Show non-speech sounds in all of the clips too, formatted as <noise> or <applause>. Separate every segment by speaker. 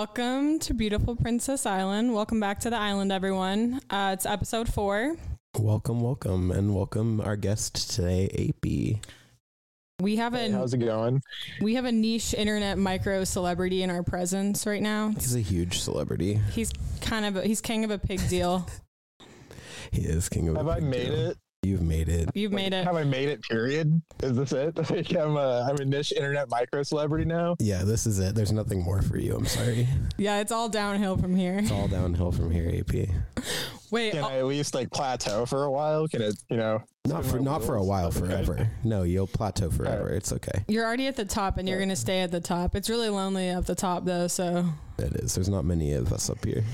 Speaker 1: Welcome to beautiful Princess Island. Welcome back to the island, everyone. Uh, it's episode four.
Speaker 2: Welcome, welcome, and welcome our guest today, AP.
Speaker 1: We have
Speaker 3: Hey,
Speaker 1: a
Speaker 3: how's it going?
Speaker 1: we have a niche internet micro celebrity in our presence right now.
Speaker 2: He's a huge celebrity.
Speaker 1: He's kind of a, he's king of a pig
Speaker 3: <laughs>
Speaker 1: deal.
Speaker 2: He is king of.
Speaker 3: Have
Speaker 2: the
Speaker 3: I
Speaker 2: big
Speaker 3: made
Speaker 2: deal.
Speaker 3: it?
Speaker 2: You've made it.
Speaker 1: You've made it.
Speaker 3: Have I made it? Period. Is this it? <laughs> Like I'm a I'm a niche internet micro celebrity now.
Speaker 2: Yeah, this is it. There's nothing more for you. I'm sorry.
Speaker 1: Yeah, it's all downhill from here.
Speaker 2: It's all downhill from here, AP.
Speaker 1: Wait,
Speaker 3: Can
Speaker 1: oh,
Speaker 3: I at least like plateau for a while? Can it? You know,
Speaker 2: Not for not for a while, forever. No, you'll plateau forever. It's okay.
Speaker 1: you're already at the top, and you're gonna stay at the top. It's really lonely up the top, though. So
Speaker 2: It is. There's not many of us up
Speaker 3: <laughs>
Speaker 2: here.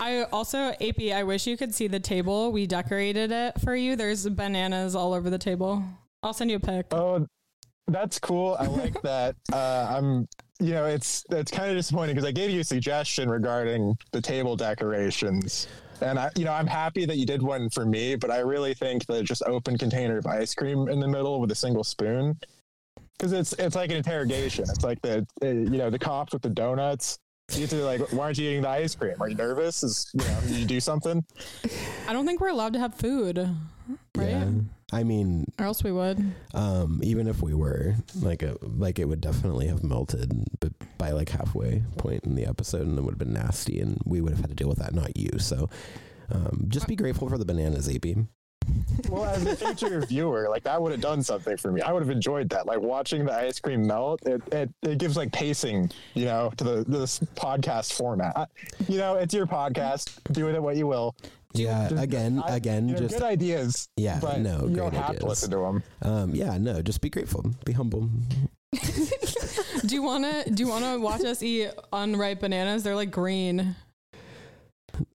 Speaker 1: I also AP. I wish you could see the table. We decorated it for you. There's bananas all over the table. I'll send you a pic.
Speaker 3: Oh, that's cool. I like that. Uh, I'm. You know, it's it's kind of disappointing because I gave you a suggestion regarding the table decorations. And I, you know, I'm happy that you did one for me, but I really think that just open container of ice cream in the middle with a single spoon, because it's it's like an interrogation. It's like the uh, you know the cops with the donuts. You two are like, why aren't you eating the ice cream? Are you nervous? Is you know, did you do something?
Speaker 1: I don't think we're allowed to have food, right?
Speaker 2: Yeah. I mean,
Speaker 1: Or else we would.
Speaker 2: um, even if we were like a like it would definitely have melted but by like halfway point in the episode and it would have been nasty and we would have had to deal with that, not you. So um, just be grateful for the bananas, AP.
Speaker 3: Well, as a future viewer, like that would have done something for me. I would have enjoyed that. Like watching the ice cream melt, it, it, it gives like pacing, you know, to the this podcast format. I, you know, it's your podcast. Do with it what you will.
Speaker 2: Yeah,
Speaker 3: just-
Speaker 2: Uh, again,
Speaker 3: I-
Speaker 2: again,
Speaker 3: You know,
Speaker 2: just
Speaker 3: good ideas.
Speaker 2: yeah,
Speaker 3: But
Speaker 2: no,
Speaker 3: you don't
Speaker 2: great
Speaker 3: have to
Speaker 2: ideas.
Speaker 3: listen to them.
Speaker 2: Um, yeah, no, just be grateful, be humble.
Speaker 1: Do you wanna do you wanna watch us eat unripe bananas? They're like green.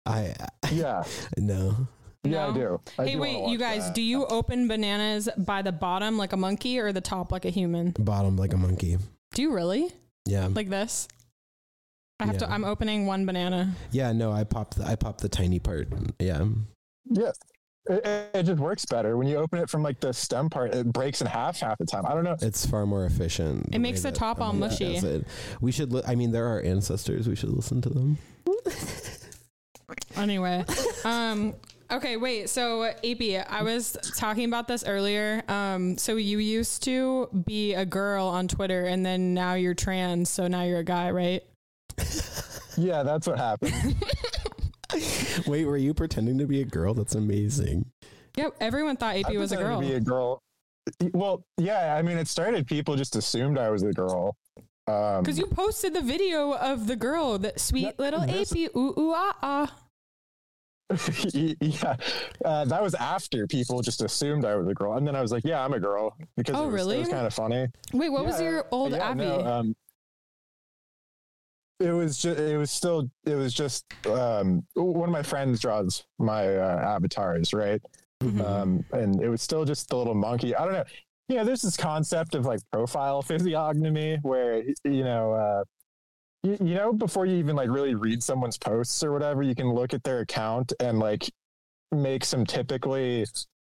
Speaker 2: I <laughs>
Speaker 3: Yeah,
Speaker 2: no,
Speaker 3: yeah,
Speaker 1: No?
Speaker 3: I do. I
Speaker 1: hey,
Speaker 3: do wanna
Speaker 1: wait,
Speaker 3: watch
Speaker 1: you guys,
Speaker 3: that.
Speaker 1: do you open bananas by the bottom like a monkey or the top like a human?
Speaker 2: bottom like a monkey.
Speaker 1: Do you really?
Speaker 2: Yeah,
Speaker 1: Like this? I have to
Speaker 2: Yeah.
Speaker 1: I'm opening one banana.
Speaker 2: yeah, no, I popped, the, I popped the tiny part. Yeah,
Speaker 3: Yeah. It, it- it just works better when you open it from like the stem part. It breaks in half half the time. I don't know.
Speaker 2: it's far more efficient. way
Speaker 1: makes the
Speaker 2: that
Speaker 1: top
Speaker 2: a
Speaker 1: all
Speaker 2: monkey
Speaker 1: mushy.
Speaker 2: does it. We should. Li- I mean, they're our ancestors. We should listen to them.
Speaker 1: <laughs> Anyway. um okay, wait. So AP, I was talking about this earlier. Um so you used to be a girl on Twitter and then now you're trans, so now you're a guy, right?
Speaker 3: Yeah, that's what happened.
Speaker 2: <laughs> Wait, were you pretending to be a girl? That's amazing.
Speaker 1: Yep, everyone thought AP
Speaker 3: I
Speaker 1: was a
Speaker 3: pretended
Speaker 1: girl.
Speaker 3: To be a girl. E, Well, yeah. I mean, it started. People just assumed I was a girl. Um, <laughs>
Speaker 1: Because you posted the video of the girl, that sweet
Speaker 3: No,
Speaker 1: little
Speaker 3: this-
Speaker 1: AP, ooh ooh ah ah.
Speaker 3: e, yeah, uh, that was after people just assumed I was a girl, and then I was like, "Yeah, I'm a girl," because
Speaker 1: Oh,
Speaker 3: it was,
Speaker 1: really?
Speaker 3: kind of funny.
Speaker 1: Wait, what was
Speaker 3: Yeah,
Speaker 1: your old
Speaker 3: yeah,
Speaker 1: Abby?
Speaker 3: no, um, it was just. It was still. It was just. Um, one of my friends draws my uh, avatars, right?
Speaker 1: Mm-hmm.
Speaker 2: Uh,
Speaker 3: Um, and it was still just the little monkey. I don't know. You know, there's this concept of like profile <laughs> physiognomy where, you know, uh, you, you know, before you even like really read someone's posts or whatever, you can look at their account and like make some typically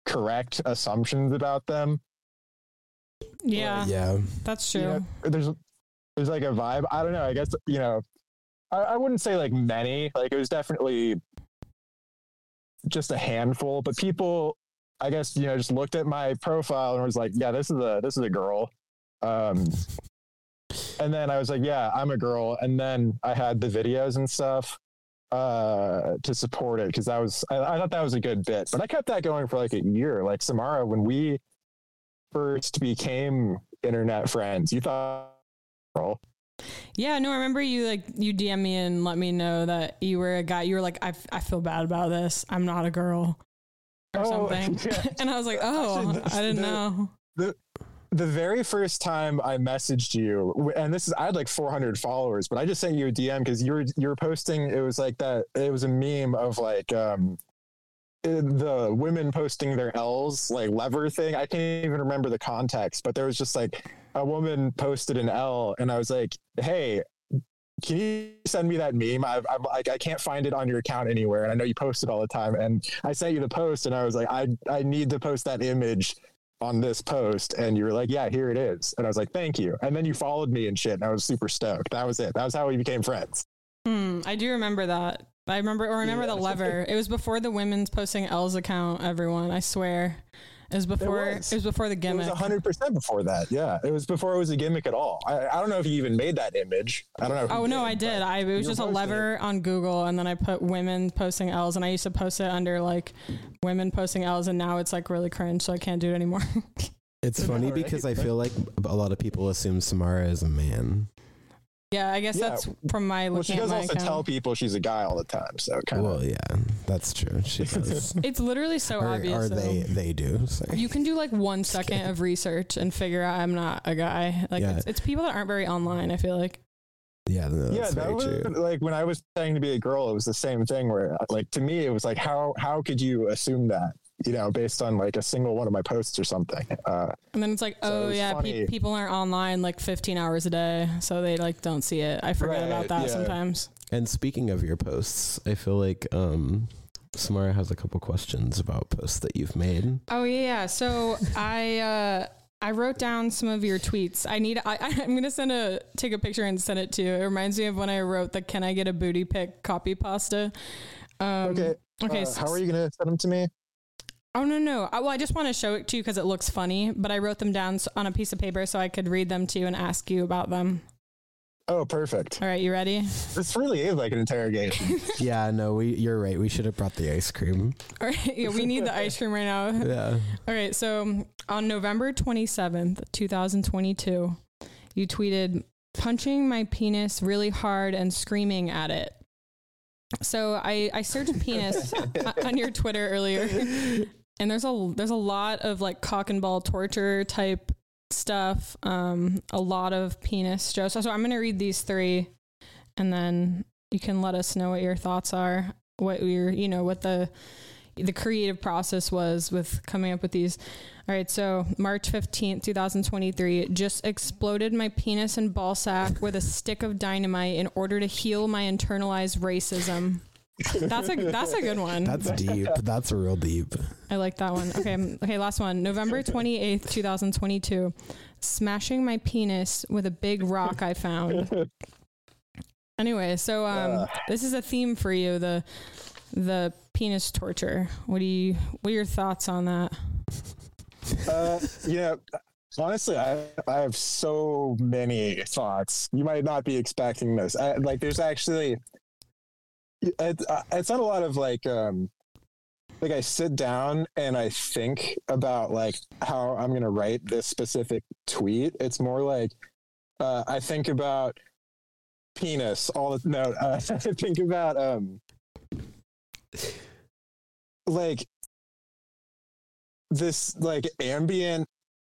Speaker 3: correct assumptions about them. uh,
Speaker 1: yeah,
Speaker 2: yeah,
Speaker 1: that's true.
Speaker 3: You know, there's there's like a vibe. I don't know. I guess you know, I, I wouldn't say like many. Like it was definitely just a handful, but people, I guess you know, just looked at my profile and was like, yeah, this is a this is a girl. Um, and then I was like, yeah, I'm a girl. And then I had the videos and stuff uh to support it because that was I, I thought that was a good bit but i kept that going for like a year like samara when we first became internet friends. You thought, girl.
Speaker 1: Yeah, no, I remember you like you DM me and let me know that you were a guy. You were like, I, f- I feel bad about this. I'm not a girl or
Speaker 3: Oh, <laughs>
Speaker 1: something.
Speaker 3: yeah.
Speaker 1: <laughs> and I was like,
Speaker 3: Actually,
Speaker 1: oh,
Speaker 3: that's
Speaker 1: I didn't
Speaker 3: the-
Speaker 1: know.
Speaker 3: the very first time I messaged you, w- and this is I had like 400 followers, but I just sent you a DM because you were you were posting. It was like that. It was a meme of like um uh, the women posting their L's like lever thing. I can't even remember the context, but there was just like a woman posted an L, and I was like, hey. Can you send me that meme? I've, I'm like, I can't find it on your account anywhere, and I know you post it all the time. And I sent you the post, and I was like, I, I need to post that image on this post and you were like, yeah, here it is. And I was like, thank you. And then you followed me and shit. And I was super stoked. That was it. That was how we became friends.
Speaker 1: Hmm, I do remember that. I remember or remember the
Speaker 3: Yeah. <laughs>
Speaker 1: lever. It was before the women's posting L's account. Everyone, I swear, it was before.
Speaker 3: was.
Speaker 1: It was before the
Speaker 3: It
Speaker 1: gimmick.
Speaker 3: was 100% before that. Yeah. It was before it was a gimmick at all. I, I don't know if you even made that image. I don't know. who
Speaker 1: Oh no, I
Speaker 3: but
Speaker 1: did. I it was
Speaker 3: you
Speaker 1: just a
Speaker 3: posted it.
Speaker 1: lever on Google, and then I put women posting L's, and I used to post it under like women posting L's, and now it's like really cringe, so I can't do it anymore. <laughs>
Speaker 2: It's funny
Speaker 3: right?
Speaker 2: because I feel like a lot of people assume Samara is a man.
Speaker 1: yeah, I guess
Speaker 3: Yeah.
Speaker 1: that's from my
Speaker 3: Well,
Speaker 1: looking
Speaker 3: she does
Speaker 1: at my
Speaker 3: also
Speaker 1: account.
Speaker 3: tell people she's a guy all the time. So kind of.
Speaker 2: Well, yeah, that's true. <laughs>
Speaker 1: <laughs>
Speaker 2: She does.
Speaker 1: it's literally so
Speaker 2: or,
Speaker 1: obvious.
Speaker 2: or
Speaker 1: though.
Speaker 2: they they do. Sorry.
Speaker 1: You can do like one second of research and figure out I'm not a guy. Like
Speaker 2: Yeah.
Speaker 1: it's, it's people that aren't very online. I feel like.
Speaker 2: yeah, no, that's
Speaker 3: yeah, that
Speaker 2: very
Speaker 3: was
Speaker 2: true.
Speaker 3: like when I was saying to be a girl, it was the same thing where like to me it was like how how could you assume that? You know, based on like a single one of my posts or something. Uh,
Speaker 1: And then it's like,
Speaker 3: So
Speaker 1: oh
Speaker 3: it's
Speaker 1: yeah, pe-
Speaker 3: funny.
Speaker 1: people aren't online like 15 hours a day, so they like don't see it. I forget
Speaker 3: Right,
Speaker 1: about that
Speaker 3: yeah.
Speaker 1: sometimes.
Speaker 2: And speaking of your posts, I feel like um, Samara has a couple questions about posts that
Speaker 1: <laughs>
Speaker 2: you've made.
Speaker 1: Oh yeah, yeah. So I uh, I wrote down some of your tweets. I need I, I'm gonna send a take a picture and send it to you. It reminds me of when I wrote the "Can I get a booty pic?" copy pasta. Um,
Speaker 3: okay.
Speaker 1: Okay.
Speaker 3: uh,
Speaker 1: so-
Speaker 3: how are you gonna send them to me?
Speaker 1: Oh no no! I, well, I just want to show it to you because it looks funny. But I wrote them down s- on a piece of paper so I could read them to you and ask you about them.
Speaker 3: Oh, perfect.
Speaker 1: All right, you ready? <laughs>
Speaker 3: This really is like an interrogation.
Speaker 2: yeah, no, we you're right. We should have brought the ice
Speaker 1: <laughs>
Speaker 2: cream.
Speaker 1: All right. Yeah, we need the ice cream right now.
Speaker 2: Yeah.
Speaker 1: All right. So um, on November 27th, 2022, you tweeted, punching my penis really hard and screaming at it. So I, I searched penis o- on your Twitter earlier. And there's a there's a lot of like cock and ball torture type stuff. Um, a lot of penis jokes. So I'm gonna read these three, and then you can let us know what your thoughts are. What your you know what the the creative process was with coming up with these. All right, so March 15th, 2023, just exploded my penis and ball sack with a stick of dynamite in order to heal my internalized racism. That's a that's a good one.
Speaker 2: That's deep. That's real deep.
Speaker 1: I like that one. Okay, m- okay, last one. November 28th, 2022, smashing my penis with a big rock I
Speaker 2: <laughs>
Speaker 1: found. Anyway, so um
Speaker 3: Ugh.
Speaker 1: this is a theme for you, the the penis torture. What do you what are your thoughts on that?
Speaker 3: uh, you know, honestly, I, I have so many thoughts. You might not be expecting this. I, like, there's actually, it, it's not a lot of like, um, like I sit down and I think about like how I'm gonna write this specific tweet. It's more like uh, I think about penis all the no. <laughs> Uh, I think about um, like this like ambient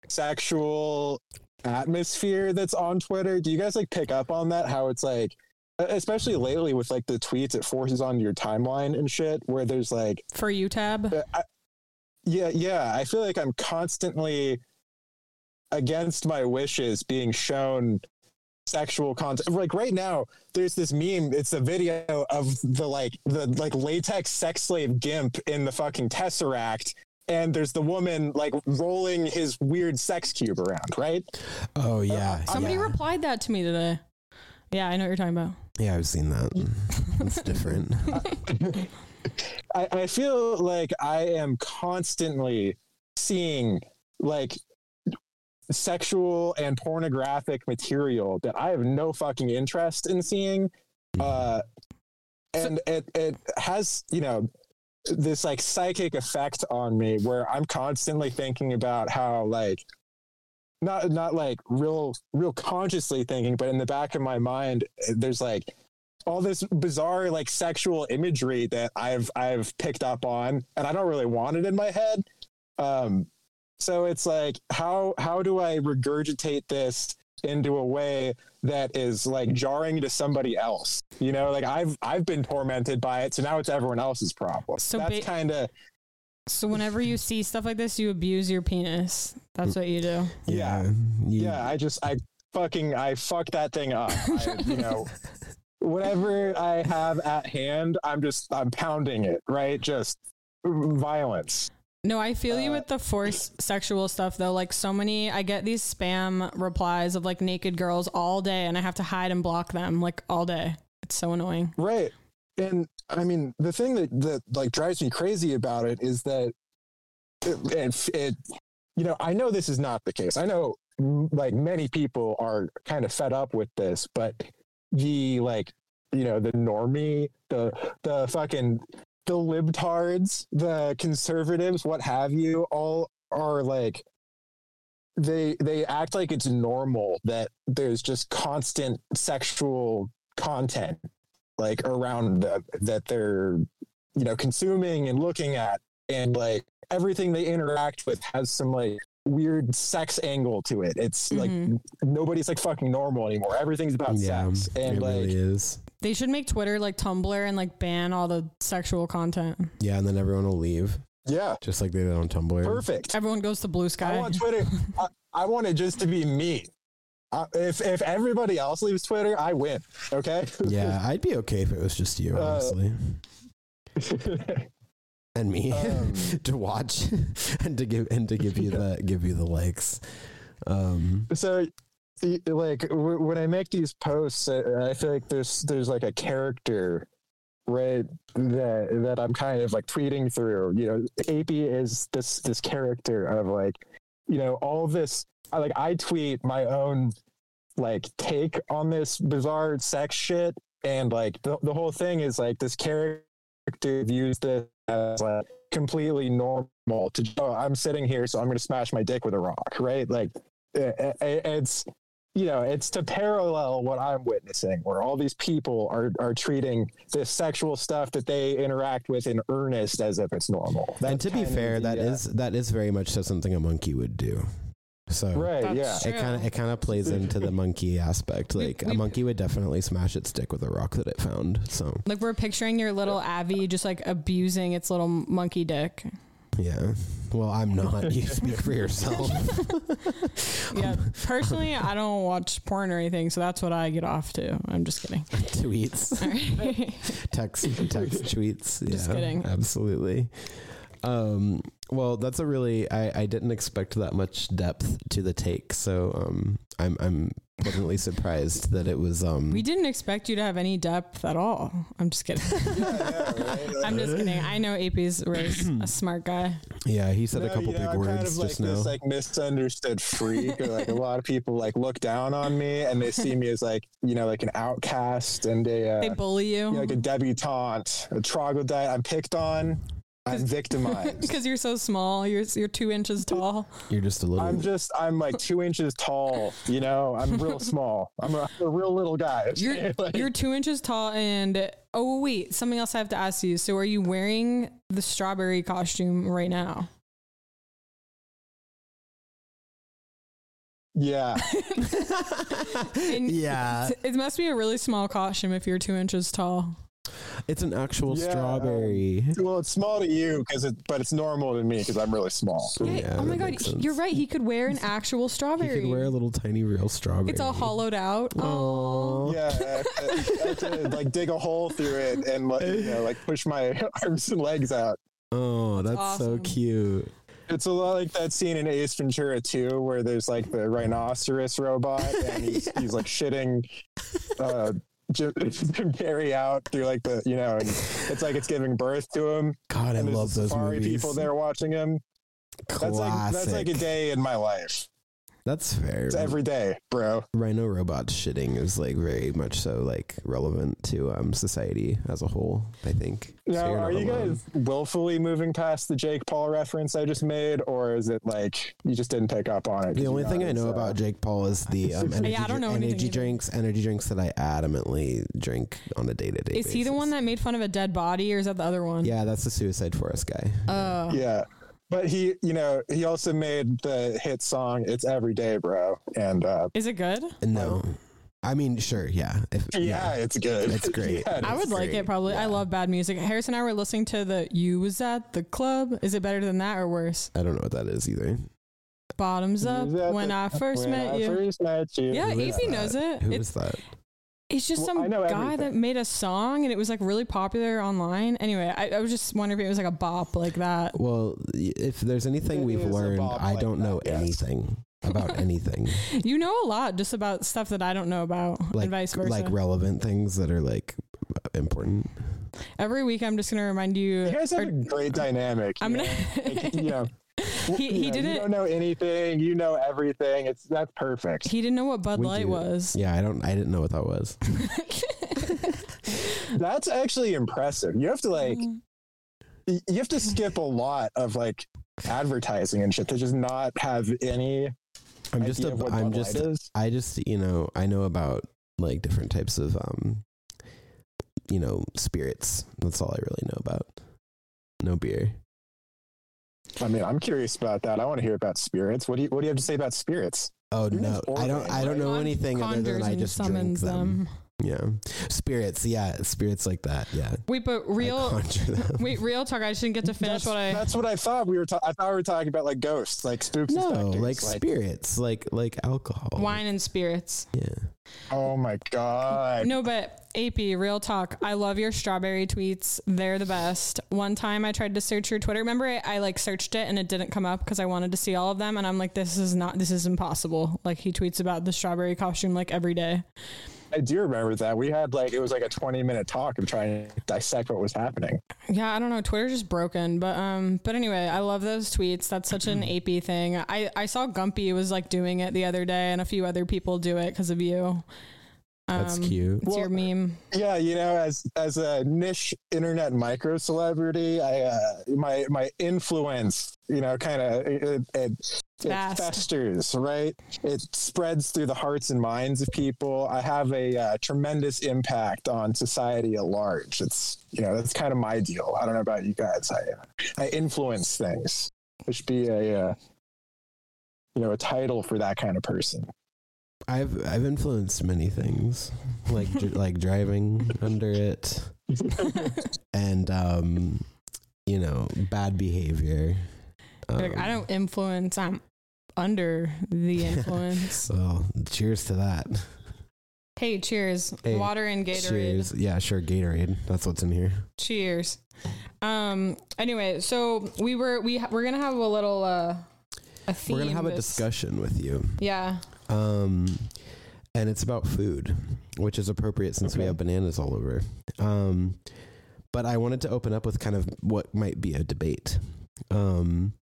Speaker 3: sexual atmosphere that's on Twitter. Do you guys like pick up on that? How it's like, e-, especially lately with like the tweets it forces onto your timeline and shit, where there's like,
Speaker 1: For you tab?
Speaker 3: uh, I, yeah, yeah, I feel like I'm constantly against my wishes being shown sexual content like right now there's this meme it's a video of the like the like latex sex slave gimp in the fucking tesseract and there's the woman like rolling his weird sex cube around right
Speaker 2: Oh
Speaker 3: Uh,
Speaker 2: yeah.
Speaker 1: Somebody
Speaker 2: yeah.
Speaker 1: replied that to me today. Yeah, I know what you're talking about.
Speaker 2: yeah, I've seen that.
Speaker 1: <laughs>
Speaker 2: It's different.
Speaker 3: <laughs> Uh, I, I feel like I am constantly seeing like sexual and pornographic material that I have no fucking interest in seeing. Uh, and it, it has, you know, this like psychic effect on me where I'm constantly thinking about how like not not like real real consciously thinking, but in the back of my mind, there's like all this bizarre like sexual imagery that I've I've picked up on and I don't really want it in my head. Um so it's like how how do I regurgitate this into a way that is like jarring to somebody else? You know, like I've I've been tormented by it, so now it's everyone else's problem.
Speaker 1: So
Speaker 3: So that's
Speaker 1: ba-
Speaker 3: kind of
Speaker 1: So whenever you see stuff like this, you abuse your penis.
Speaker 2: Mm.
Speaker 1: That's what you do.
Speaker 3: Yeah.
Speaker 2: You-
Speaker 3: yeah i just i fucking i fuck that thing up I, you know whatever i have at hand i'm just i'm pounding it right just violence
Speaker 1: No, I feel you
Speaker 3: Uh,
Speaker 1: with the
Speaker 3: <clears throat>
Speaker 1: forced sexual stuff though. Like so many, I get these spam replies of like naked girls all day, and I have to hide and block them like all day. It's so annoying.
Speaker 3: Right. And I mean, the thing that, that like drives me crazy about it is that it, it, it, you know, I know this is not the case. I know mm, like many people are kind of fed up with this, but the like, you know, the normie, the, the fucking, the libtards, the conservatives, what have you, all are like, they they act like it's normal that there's just constant sexual content like around the, that they're you know consuming and looking at and like everything they interact with has some like weird sex angle to it it's
Speaker 1: Mhm.
Speaker 3: like nobody's like fucking normal anymore everything's about sex and
Speaker 2: it
Speaker 3: like
Speaker 2: really is.
Speaker 1: They should make Twitter like Tumblr and like ban all the sexual content.
Speaker 2: Yeah, and then everyone will leave,
Speaker 3: yeah
Speaker 2: just like they did on Tumblr.
Speaker 3: perfect
Speaker 1: Everyone goes to Blue
Speaker 3: i
Speaker 1: Sky.
Speaker 3: want twitter I, I want it just to be me I, if if everybody else leaves twitter i win okay <laughs>
Speaker 2: Yeah, I'd be okay if it was just you,
Speaker 3: Uh,
Speaker 2: honestly, and me
Speaker 3: um,
Speaker 2: <laughs> to watch and to give and to give you the give you the likes. Um,
Speaker 3: so y- like w- when i make these posts I, I feel like there's there's like a character right that that i'm kind of like tweeting through you know ap is this this character of like you know all this I, like i tweet my own like take on this bizarre sex shit and like the, the whole thing is like this character views this as like completely normal to oh, i'm sitting here so i'm gonna smash my dick with a rock right like i- i- it's you know it's to parallel what i'm witnessing where all these people are are treating this sexual stuff that they interact with in earnest as if it's normal
Speaker 2: and to be
Speaker 3: kind of
Speaker 2: fair,
Speaker 3: the,
Speaker 2: that
Speaker 3: uh,
Speaker 2: is that is very much so something a monkey would do. So
Speaker 3: right
Speaker 1: That's
Speaker 3: yeah
Speaker 2: It kind of it kind of plays into the monkey aspect.
Speaker 1: We-
Speaker 2: Like
Speaker 1: we-
Speaker 2: a monkey would definitely smash its dick with a rock that it found. So
Speaker 1: Like we're picturing your little Abby just like abusing its little monkey
Speaker 3: <laughs>
Speaker 1: dick.
Speaker 2: yeah. Well, I'm not. You speak for yourself.
Speaker 1: Yeah. Personally, I don't watch porn or anything, so that's what I get off to. I'm just
Speaker 3: <laughs>
Speaker 1: kidding.
Speaker 2: tweets,
Speaker 1: All right. <laughs>
Speaker 2: text, text tweets. Yeah,
Speaker 1: Just kidding.
Speaker 2: Absolutely. Um. Well, that's a really. I I didn't expect that much depth to the take. So um, I'm I'm pleasantly surprised that it was um.
Speaker 1: we didn't expect you to have any depth at all. I'm just
Speaker 2: <laughs>
Speaker 1: kidding. I'm just kidding. I know AP's was a smart guy.
Speaker 2: yeah, he said a couple
Speaker 3: you know,
Speaker 2: big
Speaker 3: I'm
Speaker 2: words
Speaker 3: kind of like
Speaker 2: just now.
Speaker 3: this like misunderstood freak. or, like a lot of people like look down on me and they see me as like you know like an outcast and a uh,
Speaker 1: They bully
Speaker 3: you know, like a
Speaker 1: you
Speaker 3: debutante, a troglodyte. I'm picked on.
Speaker 1: <laughs>
Speaker 3: I'm victimized.
Speaker 1: because you're so small. You're you're two inches tall.
Speaker 2: You're just a little.
Speaker 3: I'm just I'm like two inches tall. You know,
Speaker 1: <laughs>
Speaker 3: I'm real small. I'm a, I'm a real little guy.
Speaker 1: You're
Speaker 3: <laughs> Like,
Speaker 1: you're two inches tall. And oh wait, something else I have to ask you. So are you wearing the strawberry costume right
Speaker 2: <laughs>
Speaker 1: now?
Speaker 3: yeah.
Speaker 1: And
Speaker 2: yeah,
Speaker 1: It must be a really small costume if you're two inches tall.
Speaker 2: it's an actual
Speaker 3: Yeah, um,
Speaker 2: strawberry.
Speaker 3: Well, it's small to you because it, but it's normal to me because I'm really small.
Speaker 2: Yeah,
Speaker 1: oh my
Speaker 2: that
Speaker 1: god,
Speaker 2: makes sense.
Speaker 1: you're right. He could wear an actual
Speaker 2: You
Speaker 1: strawberry.
Speaker 2: could wear a little tiny real strawberry.
Speaker 1: it's all hollowed out. Oh,
Speaker 2: Aw.
Speaker 3: Yeah, I, I, I had to, like dig a hole through it and like, you know, like push my <laughs> arms and legs out.
Speaker 2: Oh, that's so
Speaker 1: awesome.
Speaker 2: cute.
Speaker 3: It's a lot like that scene in Ace Ventura 2 where there's like the
Speaker 2: <laughs>
Speaker 3: rhinoceros robot and he's, he's like shitting uh, Jim, Jim Carrey out through like the, you know, and it's like it's giving birth to him.
Speaker 2: God, I
Speaker 3: and there's
Speaker 2: love those
Speaker 3: safari
Speaker 2: movies.
Speaker 3: people there watching him. That's
Speaker 2: Classic.
Speaker 3: like, that's like a day in my life.
Speaker 2: That's fair.
Speaker 3: It's every day, bro.
Speaker 2: Rhino robot shitting is like very much so like relevant to um society as a whole. I think. So
Speaker 3: Now,
Speaker 2: you're
Speaker 3: are
Speaker 2: not
Speaker 3: you
Speaker 2: alone.
Speaker 3: guys willfully moving past the Jake Paul reference I just made, or is it like you just didn't pick up on it?
Speaker 2: The only thing I know about Jake Paul is
Speaker 3: uh,
Speaker 2: the
Speaker 3: <laughs>
Speaker 2: um, energy,
Speaker 1: I don't know anything
Speaker 2: energy
Speaker 1: either.
Speaker 2: drinks, energy drinks that I adamantly drink on a day to day.
Speaker 1: is he the one that made fun of a dead body, or is that the other one?
Speaker 2: Yeah, that's the Suicide Forest guy.
Speaker 1: Oh.
Speaker 3: Yeah, but he, you know, he also made the hit song "It's Every Day, Bro," and uh,
Speaker 1: Is it good?
Speaker 2: No, I mean, sure, yeah. If,
Speaker 3: <laughs> yeah, it's good. <laughs>
Speaker 2: It's great.
Speaker 3: Yeah,
Speaker 1: I would like
Speaker 2: great.
Speaker 1: it probably. I
Speaker 2: Yeah.
Speaker 1: love bad music. Harris and I were listening to the "You Was at the Club." Is it better than that or worse?
Speaker 2: I don't know what that is either.
Speaker 1: Bottoms
Speaker 3: You
Speaker 1: up.
Speaker 3: was at
Speaker 1: When
Speaker 3: the
Speaker 1: I first
Speaker 3: when
Speaker 1: met
Speaker 3: I
Speaker 1: you.
Speaker 3: first met you.
Speaker 1: Yeah,
Speaker 2: Who is
Speaker 1: AP
Speaker 2: that?
Speaker 1: knows it.
Speaker 2: Who
Speaker 1: It's
Speaker 2: is that?
Speaker 1: It's just
Speaker 3: Well,
Speaker 1: some
Speaker 3: I know
Speaker 1: guy that
Speaker 3: everything.
Speaker 1: made a song and it was like really popular online. Anyway, I, I was just wondering if it was like a bop like that.
Speaker 2: Well, y- if there's anything
Speaker 3: It
Speaker 2: we've
Speaker 3: is a
Speaker 2: learned,
Speaker 3: bop
Speaker 2: I
Speaker 3: like
Speaker 2: don't
Speaker 3: that,
Speaker 2: know
Speaker 3: yes.
Speaker 2: anything
Speaker 1: <laughs>
Speaker 2: about anything.
Speaker 1: You know a lot just about stuff that I don't know about,
Speaker 2: Like
Speaker 1: and vice versa.
Speaker 2: like relevant things that are like important.
Speaker 1: Every week, I'm just gonna remind you.
Speaker 3: You guys have
Speaker 1: or-
Speaker 3: a great dynamic. you <laughs>
Speaker 1: I'm
Speaker 3: know?
Speaker 1: gonna. <laughs>
Speaker 3: Like, you know, w-
Speaker 1: He-
Speaker 3: you
Speaker 1: he
Speaker 3: know,
Speaker 1: didn't-
Speaker 3: You don't know anything. You know everything. It's that's perfect.
Speaker 1: He didn't know what Bud
Speaker 2: We
Speaker 1: Light
Speaker 2: do.
Speaker 1: was.
Speaker 2: Yeah, I don't. I didn't know what that
Speaker 3: <laughs>
Speaker 2: was.
Speaker 3: That's actually impressive. You have to like
Speaker 1: Mm.
Speaker 3: y- you have to skip a lot of like advertising and shit to just not have any
Speaker 2: I'm
Speaker 3: idea
Speaker 2: just. A,
Speaker 3: of what
Speaker 2: I'm
Speaker 3: Bud Light
Speaker 2: just.
Speaker 3: is.
Speaker 2: I just. You know. I know about like different types of. um You know, spirits. That's all I really know about. No beer.
Speaker 3: I mean, I'm curious about that. I want to hear about spirits. What do you What do you have to say about spirits?
Speaker 2: Oh
Speaker 3: You're
Speaker 2: no,
Speaker 3: just
Speaker 2: I don't.
Speaker 3: ordering,
Speaker 2: I don't
Speaker 3: right?
Speaker 2: know anything other
Speaker 1: Conjures
Speaker 2: than I
Speaker 1: and
Speaker 2: just drink
Speaker 1: summons
Speaker 2: them. Yeah, spirits. Yeah, spirits like that. Yeah,
Speaker 1: Wait, but
Speaker 2: I
Speaker 1: real.
Speaker 2: conjure them.
Speaker 1: <laughs> Wait, real talk. I just didn't get to finish
Speaker 3: that's,
Speaker 1: what I.
Speaker 3: that's what I thought we were. Ta- I thought we were talking about like ghosts, like spooks.
Speaker 2: No,
Speaker 3: and specters,
Speaker 2: like, spirits, like like alcohol.
Speaker 1: Wine and spirits.
Speaker 2: Yeah.
Speaker 3: Oh my god!
Speaker 1: No, but AP, real talk. I love your strawberry tweets. They're the best. One time I tried to search your Twitter. Remember, I, I like searched it and it didn't come up because I wanted to see all of them. And I'm like, this is not, this is impossible. Like, he tweets about the strawberry costume like every day.
Speaker 3: I do remember that we had like it was like a 20 minute talk of trying to dissect what was happening.
Speaker 1: Yeah, I don't know. Twitter's just broken, but um, but anyway, I love those tweets. That's such
Speaker 2: Mm-hmm.
Speaker 1: an AP thing. I I saw Gumpy was like doing it the other day, and a few other people do it because of you.
Speaker 2: That's
Speaker 1: Um,
Speaker 2: cute.
Speaker 1: It's your
Speaker 2: <laughs>
Speaker 3: Well,
Speaker 1: meme.
Speaker 3: Yeah, you know, as as a niche internet micro celebrity, I uh, my my influence, you know, kind of it, it, it
Speaker 1: vast.
Speaker 3: festers, right? It spreads through the hearts and minds of people. I have a uh, tremendous impact on society at large. It's you know that's kind of my deal. I don't know about you guys. I uh, I influence things. There should be a uh, you know a title for that kind of person. <laughs>
Speaker 2: I've I've influenced many things, like
Speaker 1: <laughs>
Speaker 2: dr- like driving under it, and um, you know, bad behavior. Um,
Speaker 1: Like, I don't influence. I'm under
Speaker 2: <laughs>
Speaker 1: the influence.
Speaker 2: So cheers to that.
Speaker 1: hey, cheers!
Speaker 2: Hey,
Speaker 1: Water and Gatorade.
Speaker 2: Cheers. Yeah, sure. Gatorade. That's what's in here.
Speaker 1: Cheers. Um. Anyway, so we were we ha- we're gonna have a little uh a theme.
Speaker 2: We're gonna have a
Speaker 1: this-
Speaker 2: discussion with you.
Speaker 1: Yeah.
Speaker 2: Um, and it's about food, which is appropriate since we
Speaker 3: Okay.
Speaker 2: have bananas all over. Um, but I wanted to open up with kind of what might be a debate. Um,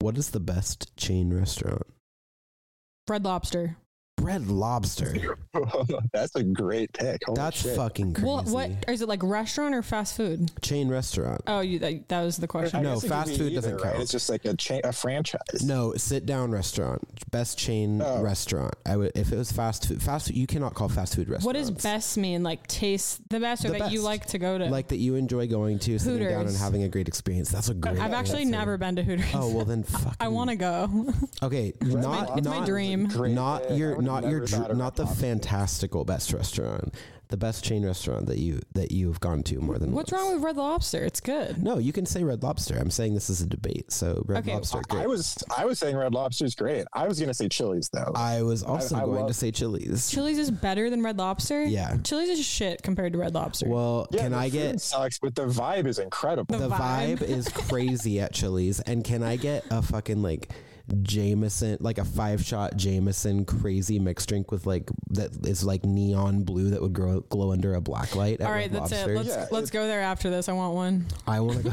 Speaker 2: what is the best chain restaurant?
Speaker 1: Red Lobster.
Speaker 2: Red Lobster.
Speaker 3: that's a great pick. Holy
Speaker 2: That's
Speaker 3: shit.
Speaker 2: fucking crazy.
Speaker 1: Well, what is it like? Restaurant or fast food?
Speaker 2: chain restaurant?
Speaker 1: Oh, you, that, that was the question.
Speaker 3: I
Speaker 2: No,
Speaker 3: guess it could
Speaker 2: fast
Speaker 3: be
Speaker 2: food doesn't count.
Speaker 3: It's just like a cha- a franchise.
Speaker 2: No, sit down restaurant. Best chain
Speaker 3: Oh.
Speaker 2: restaurant. I would if it was fast food. Fast food. You cannot call fast food restaurant.
Speaker 1: What does best mean? Like taste the best, or
Speaker 2: The
Speaker 1: that you
Speaker 2: best.
Speaker 1: like to go to?
Speaker 2: Like that you enjoy going to, sitting down and
Speaker 1: Hooters.
Speaker 2: having a great experience. That's a great.
Speaker 1: I've actually
Speaker 2: answer.
Speaker 1: never been to Hooters.
Speaker 2: Oh well, then fuck.
Speaker 1: <laughs> I want to go. <laughs>
Speaker 2: Okay, not
Speaker 1: it's my
Speaker 2: not
Speaker 1: dream.
Speaker 3: Great
Speaker 2: not
Speaker 3: pick. I
Speaker 2: your
Speaker 3: would've
Speaker 2: not your
Speaker 3: never thought
Speaker 2: dr-
Speaker 3: of
Speaker 2: not
Speaker 3: that
Speaker 2: the
Speaker 3: option.
Speaker 2: fantastical best restaurant, the best chain restaurant that you that you've gone to more than
Speaker 1: What's
Speaker 2: once.
Speaker 1: wrong with Red Lobster? It's good.
Speaker 2: No, you can say Red Lobster. I'm saying this is a debate. So Red
Speaker 1: Okay,
Speaker 2: Lobster. Great.
Speaker 3: I was I was saying Red Lobster's great. I was gonna say Chili's though.
Speaker 2: I was also
Speaker 3: I
Speaker 2: going
Speaker 3: love-
Speaker 2: to say Chili's.
Speaker 1: Chili's is better than Red Lobster.
Speaker 2: Yeah.
Speaker 1: Chili's is shit compared to Red Lobster.
Speaker 2: Well,
Speaker 3: Yeah,
Speaker 2: can
Speaker 3: the
Speaker 2: I
Speaker 3: food
Speaker 2: get
Speaker 3: sucks? But the vibe is incredible.
Speaker 2: the
Speaker 1: vibe.
Speaker 2: vibe is crazy at Chili's. And can I get a fucking like Jameson, like a five shot Jameson crazy mixed drink with like that is like neon blue that would grow, glow under a black light? At
Speaker 1: All right,
Speaker 2: Red
Speaker 1: that's
Speaker 2: Lobster?
Speaker 1: it. Let's
Speaker 3: Yeah,
Speaker 1: let's
Speaker 3: it-
Speaker 1: go there after this. I want one.
Speaker 2: I
Speaker 1: <laughs>
Speaker 2: want to go.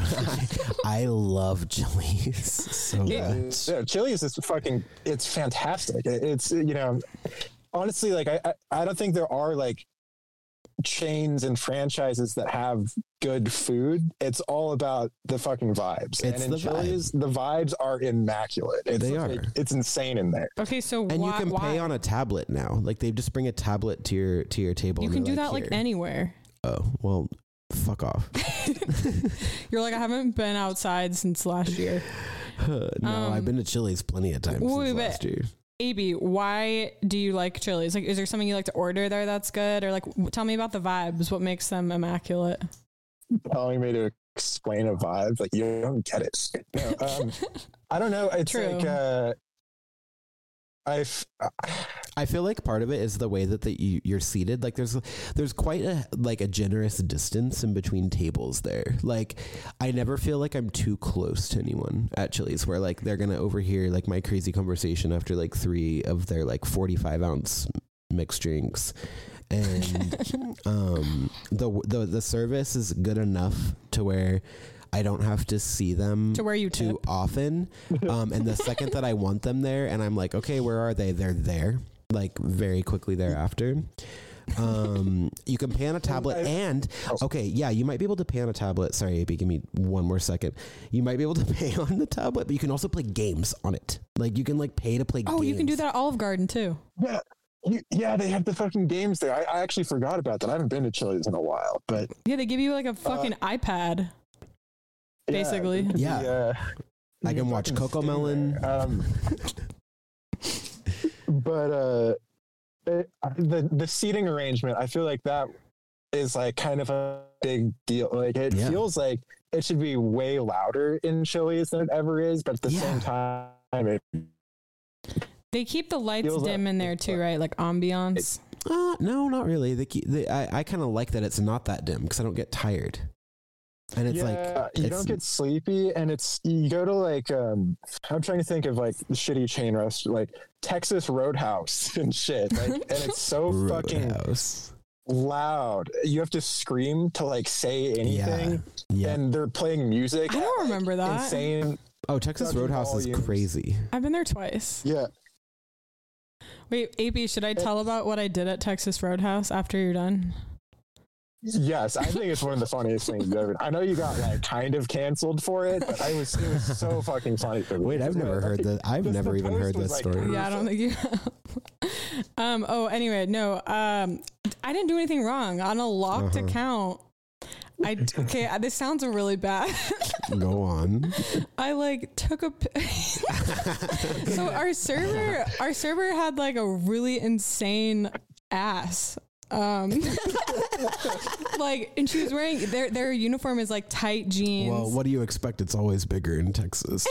Speaker 2: I, I love Chili's so
Speaker 3: yeah,
Speaker 2: much.
Speaker 3: no, Chili's is fucking. It's fantastic. It- It's you know, honestly, like I, I I don't think there are like chains and franchises that have good food. It's all about the fucking vibes. and
Speaker 2: It's
Speaker 3: in
Speaker 2: the vibe.
Speaker 3: Chili's, the vibes are immaculate. It's
Speaker 2: They
Speaker 3: like-
Speaker 2: are.
Speaker 3: It's insane in there.
Speaker 1: Okay, so
Speaker 2: And
Speaker 1: why,
Speaker 2: you can pay
Speaker 1: why-
Speaker 2: on a tablet now. Like they just bring a tablet to your to your table.
Speaker 1: You
Speaker 2: and
Speaker 1: can do
Speaker 2: they're
Speaker 1: that like
Speaker 2: "Here."
Speaker 1: anywhere.
Speaker 2: Oh well, fuck off. <laughs>
Speaker 1: You're like I haven't been outside since last year.
Speaker 2: no, I've
Speaker 1: Um,
Speaker 2: been to Chili's plenty of times
Speaker 1: wait,
Speaker 2: since
Speaker 1: but-
Speaker 2: last year.
Speaker 1: AB, why do you like Chili's? Like, is there something you like to order there that's good? Or like, w- tell me about the vibes. What makes them immaculate?
Speaker 3: telling me to explain a vibe like you don't get it no, um, i don't know it's
Speaker 1: True.
Speaker 2: <laughs>
Speaker 3: like uh i've
Speaker 2: I feel like part of it is the way that that you, you're seated. Like there's there's quite a like a generous distance in between tables there. Like I never feel like I'm too close to anyone at Chili's, where like they're gonna overhear like my crazy conversation after like three of their like 45 ounce mixed drinks. And um, the, the the service is good enough to where I don't have to see them
Speaker 1: To where you
Speaker 2: too
Speaker 1: tip.
Speaker 2: often. Um, and the second that I want them there, and I'm like, okay, where are they? They're there, like very quickly thereafter. Um, you can pay on a
Speaker 3: <laughs>
Speaker 2: tablet, and okay, yeah, you might be able to pay on a tablet. Sorry, AB, give me one more second. You might be able to <laughs> pay on the tablet, but you can also play games on it. Like you can like pay to play.
Speaker 1: Oh, you can do
Speaker 2: games.
Speaker 1: that at Olive Garden too.
Speaker 3: Yeah, you, yeah, they have the fucking games there. I, I actually forgot about that. I haven't been to Chili's in a while, but
Speaker 1: Yeah, they give you like a fucking
Speaker 3: Uh,
Speaker 1: iPad.
Speaker 3: yeah,
Speaker 1: Basically.
Speaker 3: the-
Speaker 2: Yeah.
Speaker 3: the, uh,
Speaker 2: I can watch
Speaker 3: fucking
Speaker 2: Coco
Speaker 3: sting
Speaker 2: Melon.
Speaker 3: there. Um, but uh, it, the the seating arrangement, I feel like that is like kind of a big deal. Like it
Speaker 2: Yeah.
Speaker 3: feels like it should be way louder in Chili's than it ever is, but at the same time, it,
Speaker 1: They keep the lights
Speaker 3: Feels
Speaker 1: dim
Speaker 3: like-
Speaker 1: in there too, right? Like ambiance.
Speaker 2: Uh, no, not really. The, key- the I, I kind of like that it's not that dim because I don't get tired. And it's
Speaker 3: Yeah,
Speaker 2: like
Speaker 3: you
Speaker 2: it's-
Speaker 3: don't get sleepy, and it's you go to like um, I'm trying to think of like the shitty chain rest like Texas Roadhouse <laughs> and shit, like, and it's so
Speaker 2: <laughs>
Speaker 3: fucking
Speaker 2: Roadhouse.
Speaker 3: loud. You have to scream to like say anything,
Speaker 2: Yeah. Yeah.
Speaker 3: and they're playing music.
Speaker 1: I
Speaker 3: at,
Speaker 1: don't
Speaker 3: like,
Speaker 1: remember that.
Speaker 3: Insane.
Speaker 2: Oh, Texas
Speaker 3: Fucking
Speaker 2: Roadhouse is
Speaker 3: volumes.
Speaker 2: crazy.
Speaker 1: I've been there twice.
Speaker 3: Yeah.
Speaker 1: Wait, AB, should I tell about what I did at Texas Roadhouse after you're done?
Speaker 3: Yes, I think it's one of the funniest things ever. I know you got like kind of canceled for it, but I was it was so fucking funny for me.
Speaker 2: Wait, I've never heard that. I've
Speaker 3: Just the
Speaker 2: never even
Speaker 3: post
Speaker 2: heard
Speaker 3: was
Speaker 2: this
Speaker 3: like-
Speaker 2: story.
Speaker 1: Yeah, I don't think you have. <laughs> um, oh, anyway, no. Um, I didn't do anything wrong. On a locked
Speaker 2: Uh-huh.
Speaker 1: account, I okay. uh, This sounds really bad. <laughs>
Speaker 3: <laughs>
Speaker 2: Go on.
Speaker 1: I like took a. p- <laughs> so our server, our server had like a really insane ass. Um, <laughs> like, and she was wearing their their uniform is like tight jeans.
Speaker 2: Well, what do you expect? It's always bigger
Speaker 1: <laughs>
Speaker 2: in Texas.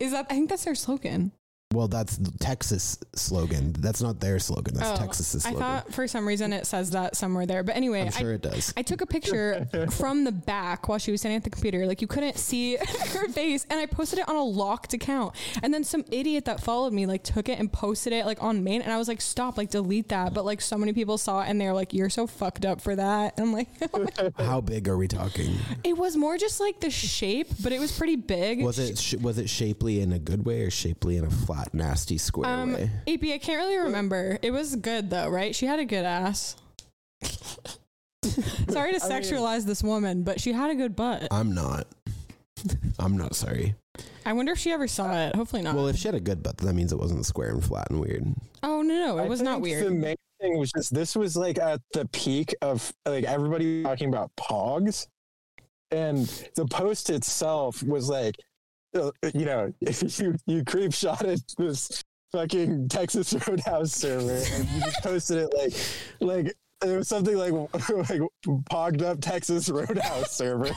Speaker 1: is that? I think that's their slogan.
Speaker 2: Well, that's the Texas slogan. That's not their slogan. That's
Speaker 1: Oh,
Speaker 2: Texas's
Speaker 1: I
Speaker 2: slogan.
Speaker 1: thought for some reason it says that somewhere there, but anyway,
Speaker 2: I'm
Speaker 1: I
Speaker 2: sure it does.
Speaker 1: I took a picture from the back while she was standing at the computer. Like you couldn't see <laughs> her face, and I posted it on a locked account. And then some idiot that followed me like took it and posted it like on main. And I was like, stop, like delete that. But like so many people saw it, and they were like, you're so fucked up for that. And I'm like, <laughs>
Speaker 2: How big are we talking?
Speaker 1: it was more just like the shape, but it was pretty big.
Speaker 2: Was it sh- was it shapely in a good way or shapely in a flat, nasty, square
Speaker 1: Um,
Speaker 2: way?
Speaker 1: AP, I can't really remember. It was good though, right? She had a good ass. Sorry to
Speaker 3: I mean-
Speaker 1: sexualize this woman, but she had a good butt.
Speaker 2: I'm not. I'm not sorry.
Speaker 1: I wonder if she ever saw it. Hopefully not.
Speaker 2: Well, if she had a good butt, that means it wasn't square and flat and weird.
Speaker 1: oh no, no, it
Speaker 3: I
Speaker 1: was not
Speaker 3: think
Speaker 1: weird.
Speaker 3: The main thing was just this was like at the peak of like everybody talking about pogs, and the post itself was like, uh, you know, you you creep shot at this fucking Texas Roadhouse server, and you just posted it like, like. It was something like <laughs> like pogged up Texas Roadhouse server.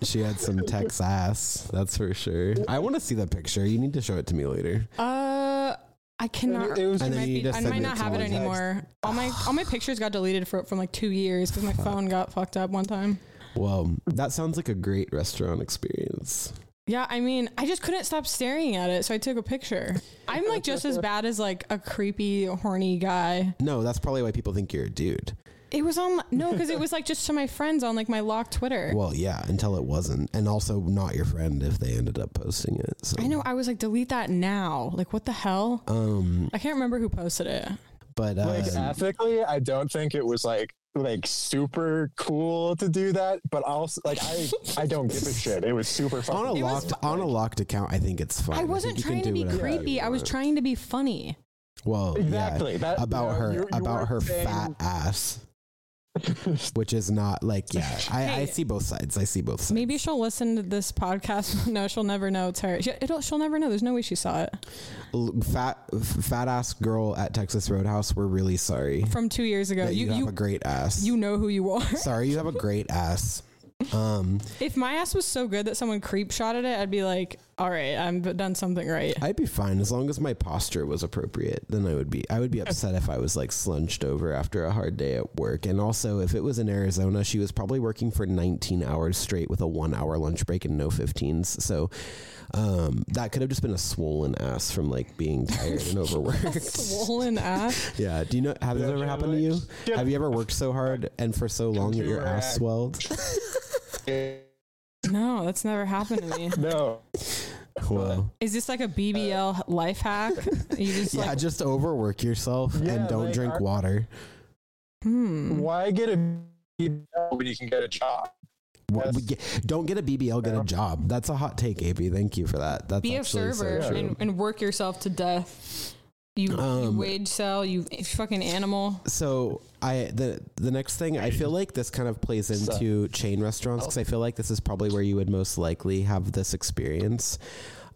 Speaker 2: She had
Speaker 3: <laughs>
Speaker 2: some Tex ass, that's for sure. I want to see that picture. You need to show it to me later.
Speaker 1: Uh, I cannot.
Speaker 3: it was-
Speaker 1: I
Speaker 2: And then
Speaker 1: might,
Speaker 2: you
Speaker 1: be,
Speaker 2: just
Speaker 1: I
Speaker 2: send
Speaker 1: might
Speaker 2: it
Speaker 1: not
Speaker 2: to
Speaker 1: have it
Speaker 2: all the
Speaker 1: anymore. All my all my pictures got deleted for, from like two years because my phone got fucked up one time.
Speaker 2: Well, that sounds like a great restaurant experience.
Speaker 1: Yeah, I mean, I just couldn't stop staring at it, so I took a picture. I'm like just as bad as like a creepy, horny guy.
Speaker 2: No, that's probably why people think you're a dude.
Speaker 1: It was on no,
Speaker 2: <laughs>
Speaker 1: because it was like just to my friends on like my locked Twitter.
Speaker 2: Well, yeah, until it wasn't, and also not your friend if they ended up posting it. So.
Speaker 1: I know. I was like, delete that now. Like, what the hell?
Speaker 2: Um,
Speaker 1: I can't remember who posted it.
Speaker 2: but uh,
Speaker 3: Like ethically, I don't think it was like like super cool to do that, but also like I I
Speaker 2: <laughs>
Speaker 3: don't give a shit. It was super fun.
Speaker 2: on a
Speaker 1: It was
Speaker 2: locked on a locked account, I think it's fine.
Speaker 1: I wasn't
Speaker 2: think you
Speaker 1: trying
Speaker 2: can
Speaker 1: to
Speaker 2: do
Speaker 1: be
Speaker 2: whatever you
Speaker 1: creepy. I was
Speaker 2: want.
Speaker 1: trying to be funny.
Speaker 2: Well,
Speaker 3: Exactly.
Speaker 2: Yeah,
Speaker 3: That-
Speaker 2: about
Speaker 3: yeah,
Speaker 2: her,
Speaker 3: you- you
Speaker 2: about
Speaker 3: weren't
Speaker 2: her
Speaker 3: saying-
Speaker 2: fat ass, <laughs> which is not like
Speaker 1: <laughs>
Speaker 2: yeah. I, I
Speaker 1: Hey.
Speaker 2: see both sides. I see both sides.
Speaker 1: Maybe she'll listen to this podcast. <laughs> no, she'll never know it's her. She, it'll, she'll never know. There's no way she saw it
Speaker 2: L- fat f- fat ass girl at Texas Roadhouse. We're really sorry
Speaker 1: from two years ago.
Speaker 2: that you,
Speaker 1: You
Speaker 2: have
Speaker 1: you
Speaker 2: a great ass.
Speaker 1: you know who you are. <laughs>
Speaker 2: sorry, you have a great ass. Um,
Speaker 1: If my ass was so good that someone creep shot at it, I'd be like, all right, I've done something right.
Speaker 2: I'd be fine as long as my posture was appropriate. Then I would be. I would be upset if I was like slunched over after a hard day at work. And also, if it was in Arizona, she was probably working for 19 hours straight with a one-hour lunch break and no 15s. So um, that could have just been a swollen ass from like being tired
Speaker 1: <laughs>
Speaker 2: and overworked.
Speaker 1: <laughs> Swollen ass.
Speaker 2: <laughs> yeah. Do you know? Have this ever happened to you?
Speaker 3: Yeah.
Speaker 2: Have you ever worked so hard and for so long that your
Speaker 3: Consumer
Speaker 2: ass
Speaker 3: act.
Speaker 2: swelled?
Speaker 1: No, that's never happened to me.
Speaker 3: <laughs> No.
Speaker 2: Well,
Speaker 1: Is this like a BBL life
Speaker 2: <laughs>
Speaker 1: hack? <laughs> You just
Speaker 2: Uh, yeah.
Speaker 1: like,
Speaker 2: Just overwork yourself
Speaker 3: Yeah,
Speaker 2: and don't
Speaker 3: like,
Speaker 2: drink
Speaker 3: our-
Speaker 2: water.
Speaker 1: hmm.
Speaker 3: Why get a <laughs> when you can get a job?
Speaker 2: Well,
Speaker 3: Yes.
Speaker 2: we get- don't get a BBL, get
Speaker 3: Yeah.
Speaker 2: a job. That's a hot take, AB. Thank you for that. That's
Speaker 1: Be a
Speaker 2: actually so
Speaker 1: server
Speaker 2: true.
Speaker 1: and, and work yourself to death. You,
Speaker 2: Um,
Speaker 1: you wage sell, you fucking animal.
Speaker 2: so I the the next thing I feel like this kind of plays into chain restaurants because I feel like this is probably where you would most likely have this experience.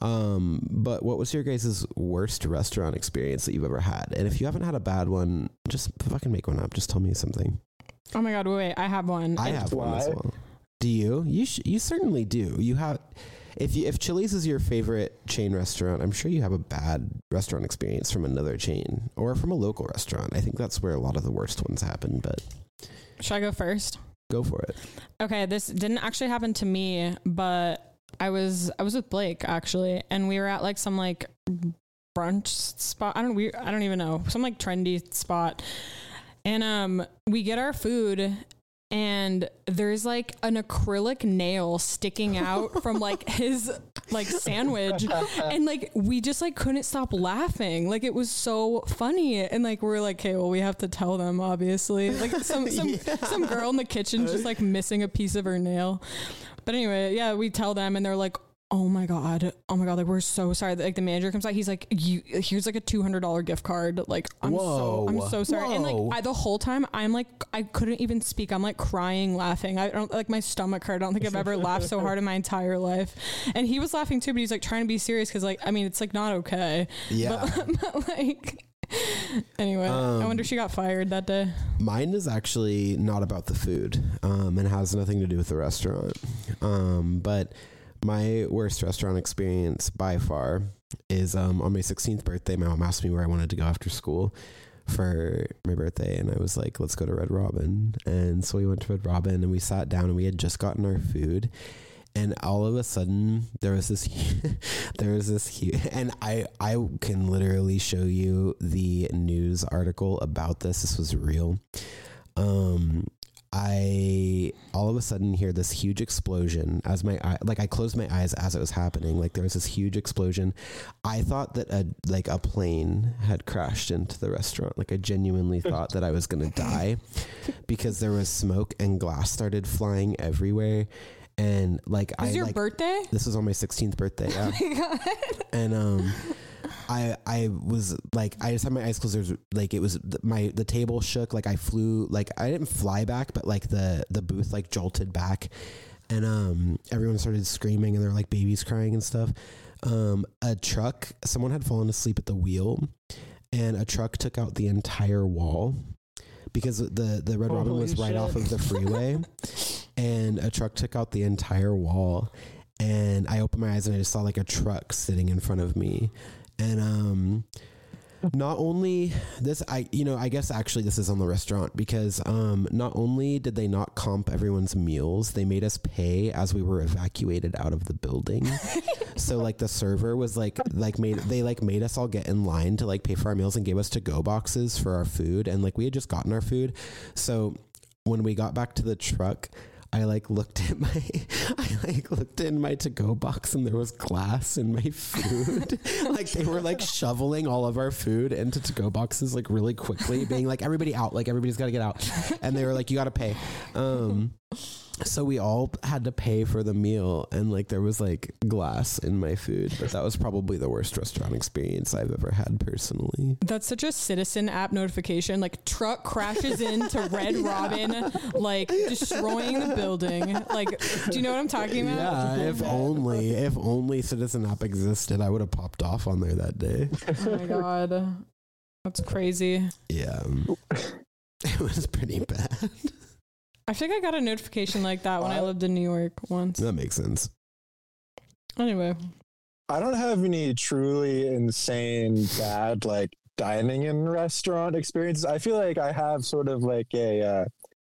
Speaker 2: Um, but what was your guys' worst restaurant experience that you've ever had? And if you haven't had a bad one, just fucking make one up. Just tell me something.
Speaker 1: Oh my god, wait, wait, I have one.
Speaker 2: I
Speaker 1: I-
Speaker 2: have one as
Speaker 3: why?
Speaker 2: well. Do you? You sh- you certainly do. You have. If you, if Chili's is your favorite chain restaurant, I'm sure you have a bad restaurant experience from another chain or from a local restaurant. I think that's where a lot of the worst ones happen. But
Speaker 1: should I go first?
Speaker 2: go for it.
Speaker 1: Okay, this didn't actually happen to me, but I was I was with Blake actually, and we were at like some like brunch spot. I don't we I don't even know some like trendy spot, and um we get our food. And there's like an acrylic nail sticking out from like his like sandwich, and like we just like couldn't stop laughing. Like it was so funny, and like we are like, okay, well we have to tell them obviously. Like some some some girl in the kitchen just like missing a piece of her nail. But anyway, yeah, we tell them and they're like, "Oh my god, oh my god!" Like we're so sorry. Like the manager comes out, he's like, "You here's like a two hundred dollar gift card." Like I'm
Speaker 2: Whoa.
Speaker 1: so I'm so sorry. And
Speaker 2: Whoa.
Speaker 1: like I, the whole time, I'm like I couldn't even speak. I'm like crying, laughing. I don't like my stomach hurt. I don't think I've ever laughed so hard in my entire life. And he was laughing too, but he's like trying to be serious because like I mean it's like not okay.
Speaker 2: Yeah. Um,
Speaker 1: But, <laughs> but like. Anyway, I wonder if she got fired that day.
Speaker 2: Mine is actually not about the food um, and has nothing to do with the restaurant. Um, but my worst restaurant experience by far is um, on my 16th birthday. My mom asked me where I wanted to go after school for my birthday, and I was like, let's go to Red Robin. And so we went to Red Robin and we sat down and we had just gotten our food. And all of a sudden, there was this, <laughs> there was this huge, and I, I can literally show you the news article about this. This was real. Um, I all of a sudden hear this huge explosion as my eye, like I closed my eyes as it was happening. Like there was this huge explosion. I thought that a like a plane had crashed into the restaurant. Like I genuinely thought that I was gonna die because there was smoke and glass started flying everywhere. And like
Speaker 1: Was
Speaker 2: I
Speaker 1: your
Speaker 2: like,
Speaker 1: birthday? <laughs>
Speaker 2: this was on my 16th birthday. Yeah. and um I I was like I just had my eyes closed. There's like it was th- my the table shook. Like I flew. Like I didn't fly back, but like the the booth like jolted back, and um everyone started screaming and there were like babies crying and stuff. Um, a truck. Someone had fallen asleep at the wheel, and a truck took out the entire wall because the the Red Robin
Speaker 3: Holy
Speaker 2: was right
Speaker 3: shit.
Speaker 2: off of the
Speaker 3: <laughs>
Speaker 2: freeway, and a truck took out the entire wall. And I opened my eyes and I just saw like a truck sitting in front of me, and um, not only this, I you know I guess actually this is on the restaurant because um, not only did they not comp everyone's meals, they made us pay as we were evacuated out of the building. so like the server was like like made they like made us all get in line to like pay for our meals and gave us to go boxes for our food and like we had just gotten our food so when we got back to the truck I like looked at my <laughs> I like looked in my to go box and there was glass in my food. <laughs> like they were like shoveling all of our food into to go boxes like really quickly, being like everybody out, like everybody's got to get out. And they were like you got to pay. Um so we all had to pay for the meal and like there was like glass in my food, but that was probably the worst restaurant experience I've ever had personally.
Speaker 1: That's such a citizen app notification. Like truck crashes into <laughs>
Speaker 3: <laughs>
Speaker 1: Red Robin, like destroying the building. Like, do you know what I'm talking about?
Speaker 2: Yeah, if only if only Citizen App existed, I would have popped off on there that day.
Speaker 1: Oh my god,
Speaker 2: <laughs>
Speaker 1: that's crazy.
Speaker 2: Yeah. It was pretty bad.
Speaker 1: I think I got a notification like that
Speaker 3: Uh,
Speaker 1: when I lived in New York once.
Speaker 2: That makes sense.
Speaker 1: Anyway,
Speaker 3: <laughs> I don't have any truly insane bad like dining and restaurant experiences. I feel like I have sort of like a uh,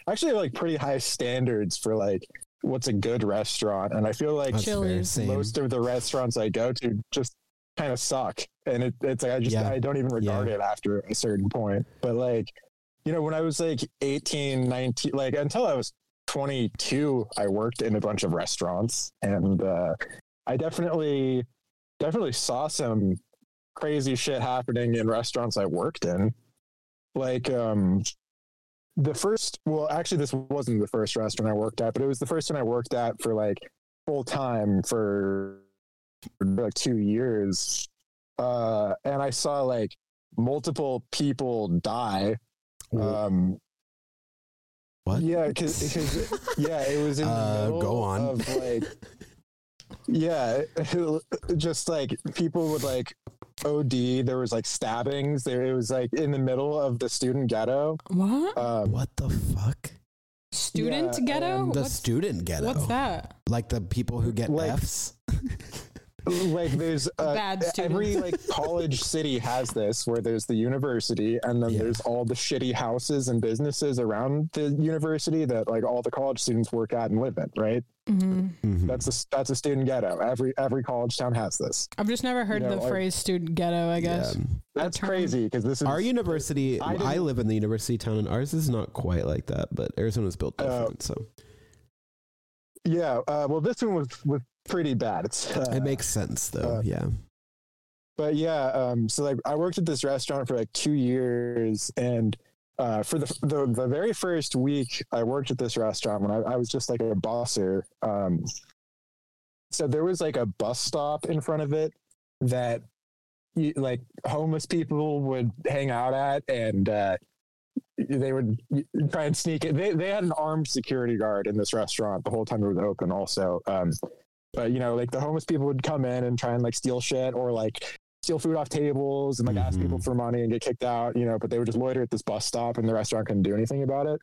Speaker 3: actually like pretty high standards for like what's a good restaurant, and I feel like
Speaker 2: That's fair.
Speaker 1: Chili's,
Speaker 2: Same.
Speaker 3: most of the restaurants I go to just kind of suck, and it, it's like I just
Speaker 2: Yeah.
Speaker 3: I don't even regard
Speaker 2: Yeah.
Speaker 3: it after a certain point. But like you know, when I was like 18, 19, like until I was 22, I worked in a bunch of restaurants, and uh, I definitely definitely saw some crazy shit happening in restaurants I worked in. Like um the first well actually this wasn't the first restaurant I worked at, but it was the first one I worked at for like full time for like 2 years. Uh and I saw like multiple people die. Um
Speaker 2: what?
Speaker 3: yeah, cuz yeah, it was in the
Speaker 2: Uh,
Speaker 3: middle
Speaker 2: go on. <laughs>
Speaker 3: of like yeah, <laughs> just like people would like OD. There was like stabbings. There it was like in the middle of the student ghetto.
Speaker 1: what
Speaker 3: Um,
Speaker 2: what the fuck?
Speaker 1: student
Speaker 3: yeah,
Speaker 1: ghetto?
Speaker 3: um,
Speaker 2: The
Speaker 1: What's,
Speaker 2: student ghetto.
Speaker 1: what's that?
Speaker 2: Like the people who get
Speaker 3: Like-
Speaker 2: Fs.
Speaker 3: like
Speaker 1: <laughs>
Speaker 3: there's uh,
Speaker 1: Bad students.
Speaker 3: every like college city has this where there's the university and then
Speaker 2: Yeah.
Speaker 3: there's all the shitty houses and businesses around the university that like all the college students work at and live in. Right?
Speaker 1: hmm
Speaker 2: Mhm.
Speaker 3: That's a that's a student ghetto. Every every college town has this.
Speaker 1: I've just never heard
Speaker 3: You know,
Speaker 1: the
Speaker 3: I-
Speaker 1: phrase student ghetto, I guess.
Speaker 2: Yeah.
Speaker 3: That's
Speaker 1: term.
Speaker 3: crazy because this is
Speaker 2: Our university,
Speaker 3: I
Speaker 2: I,
Speaker 3: didn't-
Speaker 2: live in the university town, and ours is not quite like that. But Arizona's built
Speaker 3: Uh,
Speaker 2: different, so
Speaker 3: yeah. Uh, well, this one was was pretty bad. It's uh,
Speaker 2: it makes sense, though.
Speaker 3: uh,
Speaker 2: yeah,
Speaker 3: but yeah um so like i worked at this restaurant for like two years and uh, for the, the the very first week I worked at this restaurant when I, I was just like a bosser, um, so there was like a bus stop in front of it that you, like homeless people would hang out at, and uh, they would try and sneak in. They they had an armed security guard in this restaurant the whole time it was open, also. Um, but you know, like the homeless people would come in and try and like steal shit or like steal food off tables and like ask
Speaker 2: Mhm.
Speaker 3: people for money and get kicked out, you know, but they would just loiter at this bus stop and the restaurant couldn't do anything about it.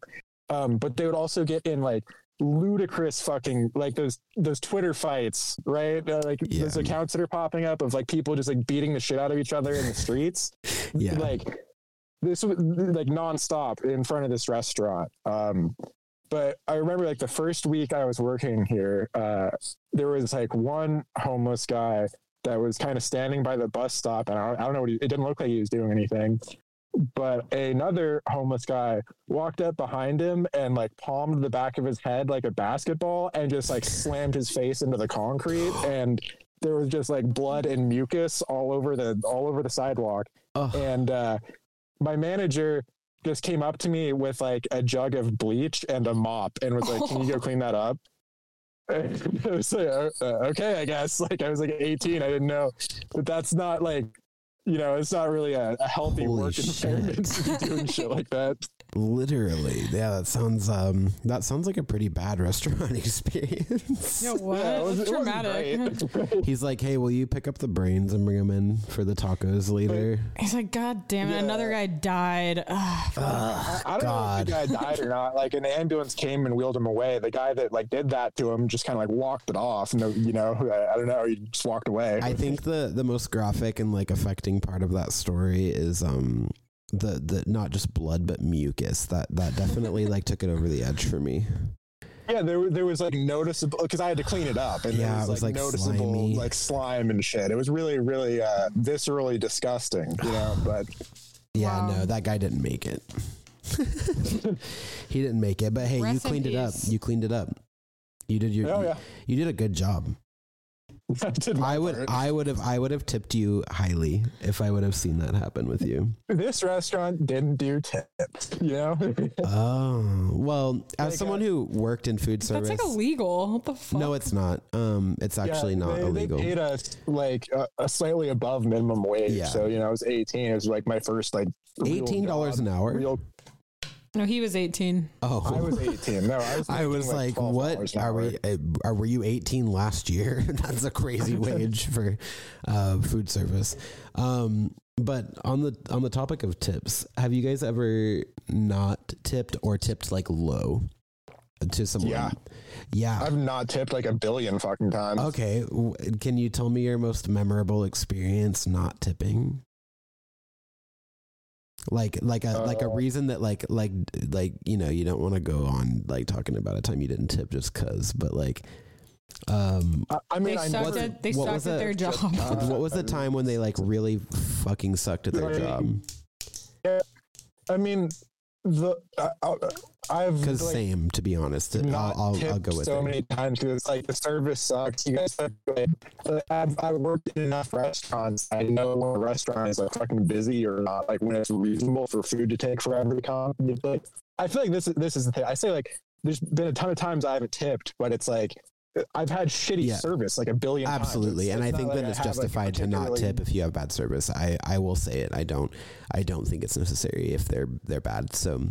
Speaker 3: Um, but they would also get in like ludicrous fucking like those those Twitter fights, right? Uh, like
Speaker 2: Yeah.
Speaker 3: those accounts that are popping up of like people just like beating the shit out of each other in the streets.
Speaker 2: yeah.
Speaker 3: <laughs> Like this was like nonstop in front of this restaurant. Um, but I remember like the first week I was working here, uh, there was like one homeless guy that was kind of standing by the bus stop, and I don't, I don't know what he, it didn't look like he was doing anything. But another homeless guy walked up behind him and like palmed the back of his head like a basketball and just like slammed his face into the concrete and there was just like blood and mucus all over the all over the sidewalk
Speaker 2: Ugh.
Speaker 3: and uh, my manager just came up to me with like a jug of bleach and a mop and was like,
Speaker 2: <laughs>
Speaker 3: "Can you go clean that up?" <laughs> And I was like, "Uh, uh, "Okay, I guess." <laughs> Like I was like 18, I didn't know, but that's not like, you know, it's not really a, a healthy
Speaker 2: Holy
Speaker 3: work environment
Speaker 2: shit.
Speaker 3: to be doing shit
Speaker 2: <laughs>
Speaker 3: like that.
Speaker 2: Literally, yeah. That sounds um, that sounds like a pretty bad <laughs> restaurant experience.
Speaker 1: Yo, what?
Speaker 3: Yeah, it was-
Speaker 1: That's
Speaker 3: it wasn't
Speaker 1: traumatic.
Speaker 2: <laughs>
Speaker 3: great. <laughs>
Speaker 2: He's like, "Hey, will you pick up the brains and bring them in for the tacos later?"
Speaker 1: He's like, God damn it, another guy died. Ugh,
Speaker 3: Uh,
Speaker 1: fuck.
Speaker 2: Ugh,
Speaker 3: I don't
Speaker 2: God.
Speaker 3: know if the guy died or not. Like an ambulance came and wheeled him away. The guy that like did that to him just kind of like walked it off. No, you know, <laughs> I, I don't know. He just walked away.
Speaker 2: I think the the most graphic and like affecting part of that story is um the the not just blood but mucus that that definitely like took it over the edge for me.
Speaker 3: Yeah, there wa- there was like noticeable because I had to clean it up, and
Speaker 2: Yeah,
Speaker 3: there was,
Speaker 2: it was,
Speaker 3: like,
Speaker 2: like,
Speaker 3: noticeable
Speaker 2: slimy.
Speaker 3: like slime and shit. It was really really uh, viscerally disgusting, you know. But
Speaker 1: Wow.
Speaker 2: Yeah, no, that guy didn't make it. <laughs> he didn't make it, but hey, you
Speaker 1: Rest in
Speaker 2: cleaned it up.
Speaker 1: peace.
Speaker 2: You cleaned it up. You did your
Speaker 3: oh yeah, <laughs>
Speaker 2: you did a good job.
Speaker 3: I did my
Speaker 2: I would
Speaker 3: part.
Speaker 2: I would have I would have tipped you highly if I would have seen that happen with
Speaker 3: <laughs>
Speaker 2: you.
Speaker 3: This restaurant didn't do tips, you know. <laughs>
Speaker 2: oh. Well, as
Speaker 3: Like, uh,
Speaker 2: someone who worked in food
Speaker 1: That's
Speaker 2: service
Speaker 1: like illegal. What the fuck?
Speaker 2: No, it's not. Um it's actually
Speaker 3: Yeah,
Speaker 2: not
Speaker 3: they,
Speaker 2: illegal.
Speaker 3: They paid us like a, a slightly above minimum wage,
Speaker 2: Yeah.
Speaker 3: so you know I was eighteen. It was like my first like real
Speaker 2: Eighteen dollars
Speaker 3: job.
Speaker 2: an hour.
Speaker 3: Real,
Speaker 1: No, he was 18.
Speaker 2: oh,
Speaker 3: I was eighteen. No, I
Speaker 2: <laughs>
Speaker 3: was.
Speaker 2: I was
Speaker 3: making,
Speaker 2: like,
Speaker 3: $12
Speaker 2: what
Speaker 3: an
Speaker 2: are
Speaker 3: hour.
Speaker 2: we? uh, Are were you eighteen last year? <laughs> That's a
Speaker 3: <laughs>
Speaker 2: crazy wage for uh, food service. Um, but on the on the topic of tips, have you guys ever not tipped or tipped like low? to someone?
Speaker 3: Yeah.
Speaker 2: Yeah.
Speaker 3: I've not tipped like a billion fucking times.
Speaker 2: Okay. w- Can you tell me your most memorable experience not tipping? Like like a like a
Speaker 3: Uh,
Speaker 2: reason that like like like you know you don't want to go on like talking about a time you didn't tip just cuz but like um
Speaker 3: I, I
Speaker 1: They
Speaker 3: mean, I
Speaker 1: sucked
Speaker 3: never,
Speaker 1: at they
Speaker 2: what
Speaker 1: sucked
Speaker 2: was
Speaker 1: at
Speaker 2: it?
Speaker 1: their job.
Speaker 3: Just- Uh,
Speaker 2: what was the time when they like really fucking sucked at their
Speaker 3: Like-
Speaker 2: job?
Speaker 3: I mean, the I, I- I've
Speaker 2: Because
Speaker 3: like,
Speaker 2: same, to be honest, I'll,
Speaker 3: not
Speaker 2: I'll, I'll
Speaker 3: tipped
Speaker 2: go with
Speaker 3: so
Speaker 2: it.
Speaker 3: many times because it's like the service sucks. You guys suck. Like, I've, I've worked in enough restaurants. I know when a restaurant is like fucking busy or not. Like when it's reasonable for food to take forever to come. It's Like, I feel like this is this is the thing. I say like there's been a ton of times I haven't tipped, but it's like I've had shitty
Speaker 2: Yeah.
Speaker 3: service like a billion. times.
Speaker 2: Absolutely,
Speaker 3: It's-
Speaker 2: and I
Speaker 3: it's not
Speaker 2: think
Speaker 3: like
Speaker 2: that it's
Speaker 3: have, like, a
Speaker 2: justified to not
Speaker 3: particularly-
Speaker 2: tip if you have bad service. I, I will say it. I don't I don't think it's necessary if they're they're bad. So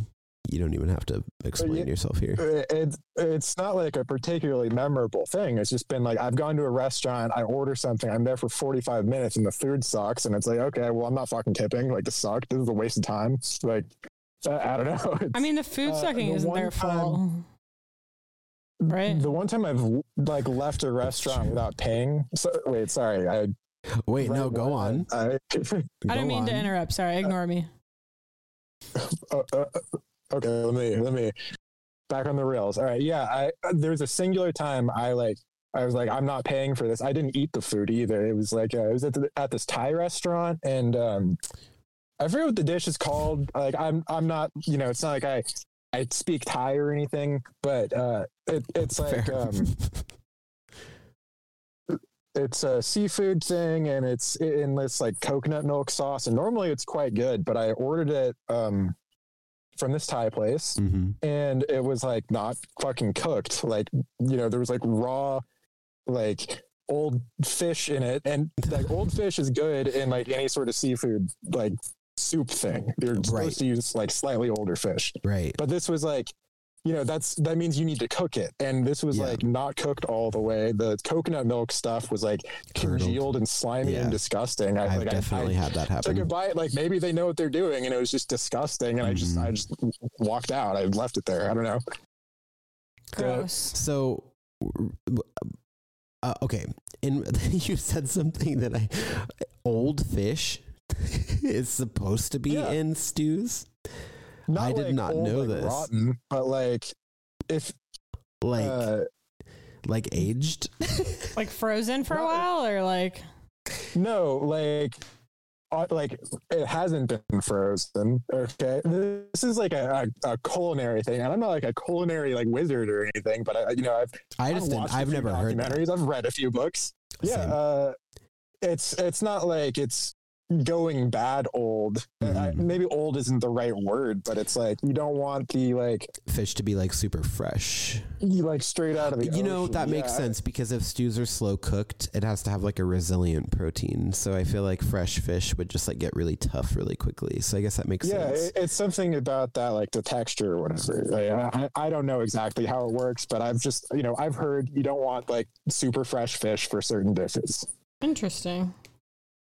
Speaker 2: you don't even have to explain
Speaker 3: yeah.
Speaker 2: yourself here.
Speaker 3: it, it's- it's not like a particularly memorable thing. It's just been like I've gone to a restaurant, I order something, I'm there for 45 minutes, and the food sucks, and it's like, okay, well, I'm not fucking tipping. Like this sucked. This is a waste of time. It's Like I, I don't know. <laughs> It's-
Speaker 1: I mean, the food
Speaker 3: Uh,
Speaker 1: sucking
Speaker 3: the
Speaker 1: isn't
Speaker 3: one
Speaker 1: their
Speaker 3: time-
Speaker 1: fault. Right.
Speaker 3: the one time I've like left a restaurant without paying. So, wait, sorry. I
Speaker 2: Wait, no,
Speaker 3: read
Speaker 2: go on.
Speaker 3: one- I, <laughs>
Speaker 1: I didn't
Speaker 2: Go
Speaker 1: mean to
Speaker 2: on.
Speaker 1: interrupt. Sorry, ignore me.
Speaker 3: uh, uh, okay, let me let me back on the rails. All right, yeah. I there was a singular time I like I was like I'm not paying for this. I didn't eat the food either. It was like uh, it was at the, at this Thai restaurant and um I forget what the dish is called. Like I'm I'm not you know it's not like I I speak Thai or anything, but uh it, it's like
Speaker 2: Fair.
Speaker 3: um
Speaker 2: <laughs>
Speaker 3: it's a seafood thing and it's in this like coconut milk sauce and normally it's quite good but i ordered it um from this thai place
Speaker 2: Mhm.
Speaker 3: and it was like not fucking cooked like you know there was like raw like old fish in it and like old fish is good in like any sort of seafood like soup thing you're supposed
Speaker 2: Right.
Speaker 3: to use like slightly older fish
Speaker 2: Right.
Speaker 3: but this was like you know that's that means you need to cook it and this was
Speaker 2: Yeah.
Speaker 3: like not cooked all the way the coconut milk stuff was like
Speaker 2: Curdled.
Speaker 3: congealed and slimy
Speaker 2: Yeah.
Speaker 3: and disgusting i,
Speaker 2: I've
Speaker 3: like, I-
Speaker 2: definitely
Speaker 3: I,
Speaker 2: had that
Speaker 3: took a
Speaker 2: happen.
Speaker 3: bite like maybe they know what they're doing and it was just disgusting and i just
Speaker 2: Mhm.
Speaker 3: i just walked out i left it there i don't know
Speaker 1: Gross.
Speaker 2: So uh, okay, and <laughs> you said something that I old fish <laughs> is supposed to be
Speaker 3: Yeah.
Speaker 2: in stews. I did not know
Speaker 3: like,
Speaker 2: this.
Speaker 3: rotten but like if
Speaker 2: Like
Speaker 3: uh,
Speaker 2: like aged?
Speaker 1: Like frozen for a
Speaker 3: No.
Speaker 1: while, or like
Speaker 3: No, like, uh, like it hasn't been frozen. Okay, this is like a, a, a culinary thing, and I'm not like a culinary like wizard or anything, but I, you know, I've
Speaker 2: I just
Speaker 3: I've
Speaker 2: didn't,
Speaker 3: watched a
Speaker 2: I've
Speaker 3: few
Speaker 2: never heard that.
Speaker 3: documentaries. I've read a few books. Yeah,
Speaker 2: Same.
Speaker 3: uh, it's it's not like it's going bad old. I,
Speaker 2: Mhm.
Speaker 3: maybe old isn't the right word, but it's like you don't want the like
Speaker 2: fish to be like super fresh.
Speaker 3: you like straight out of the.
Speaker 2: But you know
Speaker 3: ocean.
Speaker 2: that makes
Speaker 3: Yeah.
Speaker 2: sense because if stews are slow cooked, it has to have like a resilient protein. So I feel like fresh fish would just like get really tough really quickly. So I guess that makes
Speaker 3: yeah
Speaker 2: sense.
Speaker 3: it, it's something about that like the texture or whatever Like, I, I I don't know exactly how it works but i've just you know i've heard you don't want like super fresh fish for certain dishes
Speaker 1: interesting.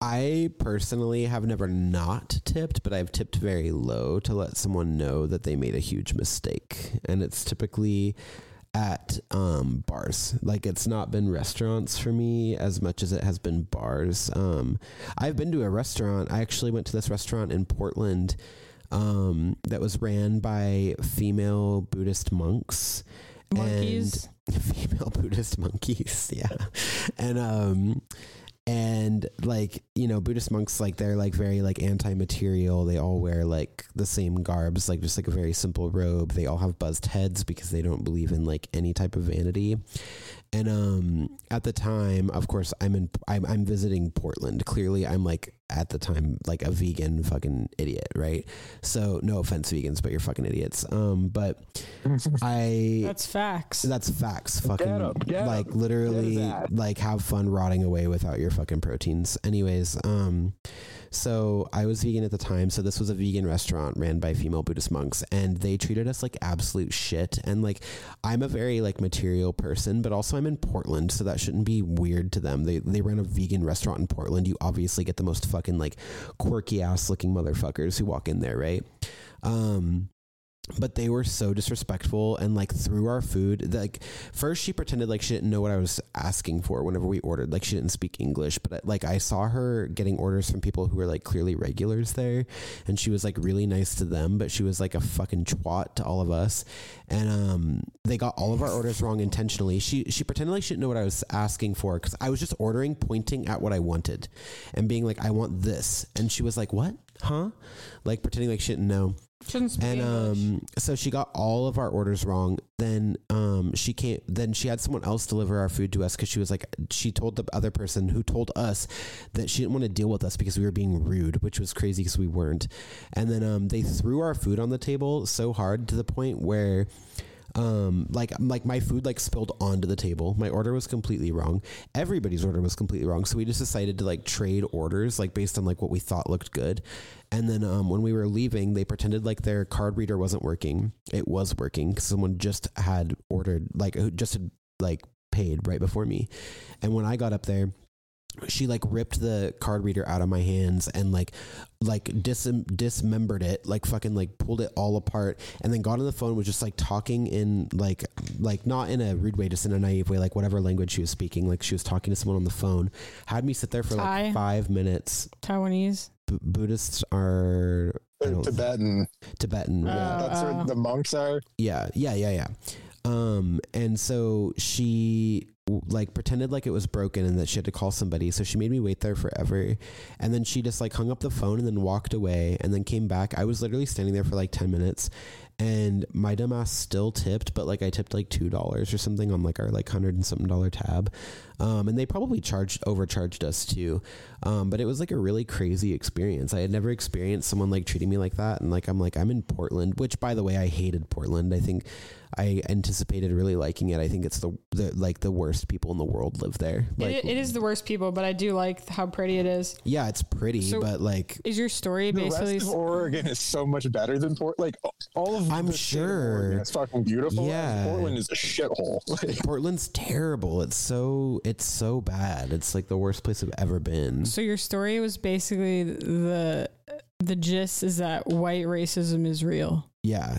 Speaker 2: I personally have never not tipped, but I've tipped very low to let someone know that they made a huge mistake. And it's typically at um, bars. Like it's not been restaurants for me as much as it has been bars. Um, I've been to a restaurant. I actually went to this restaurant in Portland um, that was ran by female Buddhist monks. And-
Speaker 1: Monkeys.
Speaker 2: <laughs> female Buddhist monkeys. <laughs> Yeah. And um and like, you know, Buddhist monks like they're like very like anti-material. They all wear like the same garbs, like just like a very simple robe. They all have buzzed heads because they don't believe in like any type of vanity. And um at the time, of course, I'm in I'm I'm visiting Portland. Clearly, I'm like at the time like a vegan fucking idiot, right? So, no offense vegans, but you're fucking idiots. Um but I
Speaker 1: That's facts.
Speaker 2: that's facts. Fucking
Speaker 3: up, get
Speaker 2: like
Speaker 3: up,
Speaker 2: literally
Speaker 3: get his ass.
Speaker 2: like have fun rotting away without your fucking proteins. Anyways, um so I was vegan at the time, so this was a vegan restaurant ran by female Buddhist monks and they treated us like absolute shit and like I'm a very like material person, but also I'm in Portland, so that shouldn't be weird to them. They they ran a vegan restaurant in Portland. You obviously get the most fucking like quirky ass looking motherfuckers who walk in there, right? Um but they were so disrespectful and like threw our food like first she pretended like she didn't know what i was asking for whenever we ordered like she didn't speak english but uh, like i saw her getting orders from people who were like clearly regulars there and she was like really nice to them but she was like a fucking twat to all of us and um they got all of our orders wrong intentionally she she pretended like she didn't know what i was asking for because i was just ordering pointing at what i wanted and being like i want this and she was like what huh like pretending like she didn't know
Speaker 1: Shouldn't speak
Speaker 2: and
Speaker 1: English.
Speaker 2: um so she got all of our orders wrong then um she can't then she had someone else deliver our food to us because she was like she told the other person who told us that she didn't want to deal with us because we were being rude which was crazy because we weren't and then um they threw our food on the table so hard to the point where um like like my food like spilled onto the table my order was completely wrong everybody's order was completely wrong so we just decided to like trade orders like based on like what we thought looked good and then um, when we were leaving they pretended like their card reader wasn't working it was working 'cause someone just had ordered like who just had like paid right before me and when i got up there she like ripped the card reader out of my hands and like like dis- dismembered it like fucking like pulled it all apart and then got on the phone was just like talking in like like not in a rude way just in a naive way like whatever language she was speaking like she was talking to someone on the phone had me sit there for
Speaker 1: Thai.
Speaker 2: like 5 minutes
Speaker 1: Taiwanese.
Speaker 2: B- Buddhists are I
Speaker 3: They're
Speaker 2: don't-
Speaker 3: Tibetan.
Speaker 2: Tibetan.
Speaker 1: Oh,
Speaker 3: That's
Speaker 1: oh.
Speaker 3: where the monks are.
Speaker 2: yeah, yeah, yeah, yeah. Um, and so she w- like pretended like it was broken and that she had to call somebody. So she made me wait there forever. And then she just like hung up the phone and then walked away and then came back. I was literally standing there for like 10 minutes and my dumbass still tipped, but like I tipped like $2 or something on like our like hundred and something dollar tab. Um, and they probably charged overcharged us too. Um, but it was like a really crazy experience. I had never experienced someone like treating me like that. And like, I'm like, I'm in Portland, which by the way, I hated Portland. I think I anticipated really liking it. I think it's the, the like the worst people in the world live there. Like,
Speaker 1: it, it is the worst people, but I do like how pretty it is.
Speaker 2: yeah, it's pretty,
Speaker 1: So-
Speaker 2: but like,
Speaker 1: Is your story
Speaker 3: The
Speaker 1: basically?
Speaker 3: rest of Oregon is so much better than Portland. Like all of
Speaker 2: I'm
Speaker 3: the state of Oregon
Speaker 2: sure.
Speaker 3: is fucking beautiful.
Speaker 2: Yeah.
Speaker 3: Portland is a shithole. <laughs> Like,
Speaker 2: Portland's terrible. It's so it's so bad. It's like the worst place I've ever been.
Speaker 1: So your story was basically the the gist is that white racism is real.
Speaker 2: Yeah,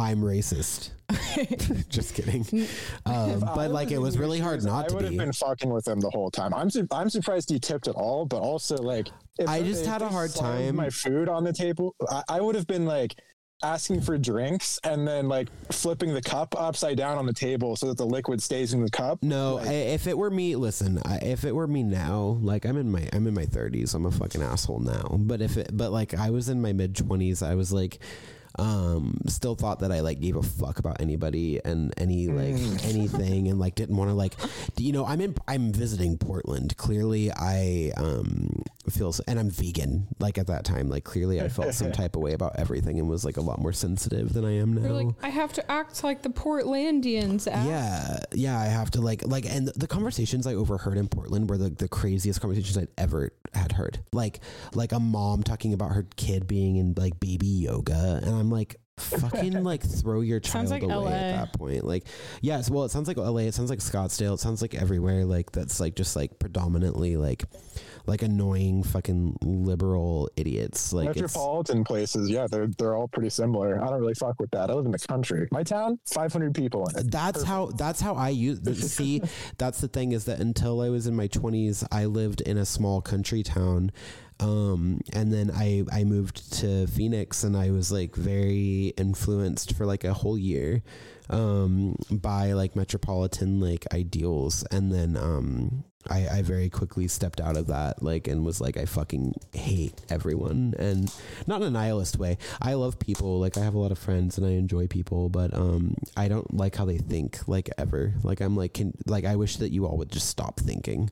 Speaker 2: I'm racist. <laughs> Just kidding. Um,
Speaker 3: I
Speaker 2: but like,
Speaker 3: was
Speaker 2: it
Speaker 3: in
Speaker 2: was
Speaker 3: your
Speaker 2: really hard
Speaker 3: shoes,
Speaker 2: not
Speaker 3: I
Speaker 2: to
Speaker 3: would have
Speaker 2: be.
Speaker 3: been fucking with him the whole time. I'm su- I'm surprised he tipped at all, but also like if-
Speaker 2: I just
Speaker 3: if
Speaker 2: had a
Speaker 3: they
Speaker 2: hard
Speaker 3: slammed
Speaker 2: time-
Speaker 3: My food on the table, I, I would have been like asking for drinks and then like flipping the cup upside down on the table so that the liquid stays in the cup.
Speaker 2: No,
Speaker 3: Like-
Speaker 2: I, if it were me, listen. I, if it were me now, like I'm in my I'm in my 30s, I'm a fucking asshole now. But if it, but like I was in my mid 20s, I was like, um, still thought that I like gave a fuck about anybody and any like anything, and like didn't want to like, d- you know, I'm in I'm visiting Portland. Clearly, I um feel s- and I'm vegan. Like at that time, like clearly, I felt some type of way about everything and was like a lot more sensitive than I am now.
Speaker 1: You're like, I have to act like the Portlandians. Act.
Speaker 2: Yeah, yeah, I have to like like and the conversations I overheard in Portland were the, the craziest conversations I'd ever had heard. Like like a mom talking about her kid being in like baby yoga and I'm like
Speaker 1: <laughs>
Speaker 2: fucking like throw your child
Speaker 1: Sounds like
Speaker 2: away at
Speaker 1: LA.
Speaker 2: that point. Like yes, well it sounds like LA, it sounds like Scottsdale, it sounds like everywhere like that's like just like predominantly like like annoying fucking liberal idiots. Like it's
Speaker 3: Metropolitan places, yeah, they're they're all pretty similar. I don't really fuck with that. I live in the country. My town, 500 people in it.
Speaker 2: that's how that's how I use see that's the thing is that until I was in my 20s I lived in a small country town um and then I I moved to Phoenix and I was like very influenced for like a whole year um by like metropolitan like ideals and then um I, I very quickly stepped out of that like and was like I fucking hate everyone and not in a nihilist way. I love people. Like I have a lot of friends and I enjoy people, but um, I don't like how they think. Like ever. Like I'm like can, like I wish that you all would just stop thinking.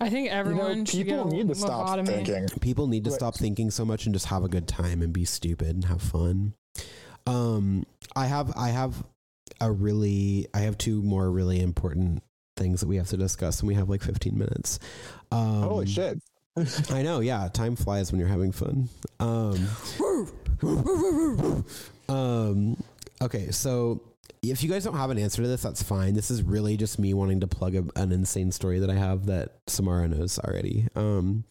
Speaker 1: I think
Speaker 3: You know,
Speaker 1: everyone should
Speaker 3: people
Speaker 1: get a
Speaker 3: need to stop
Speaker 1: lobotomy.
Speaker 3: thinking.
Speaker 2: People need to
Speaker 3: Right.
Speaker 2: stop thinking so much and just have a good time and be stupid and have fun. Um, I have I have a really I have two more really important things that we have to discuss and we have like 15 minutes. Um,
Speaker 3: Holy shit!
Speaker 2: I know, yeah. Time flies when you're having fun. Um, um, okay, so if you guys don't have an answer to this, that's fine. This is really just me wanting to plug a, an insane story that I have that Samara knows already. Um,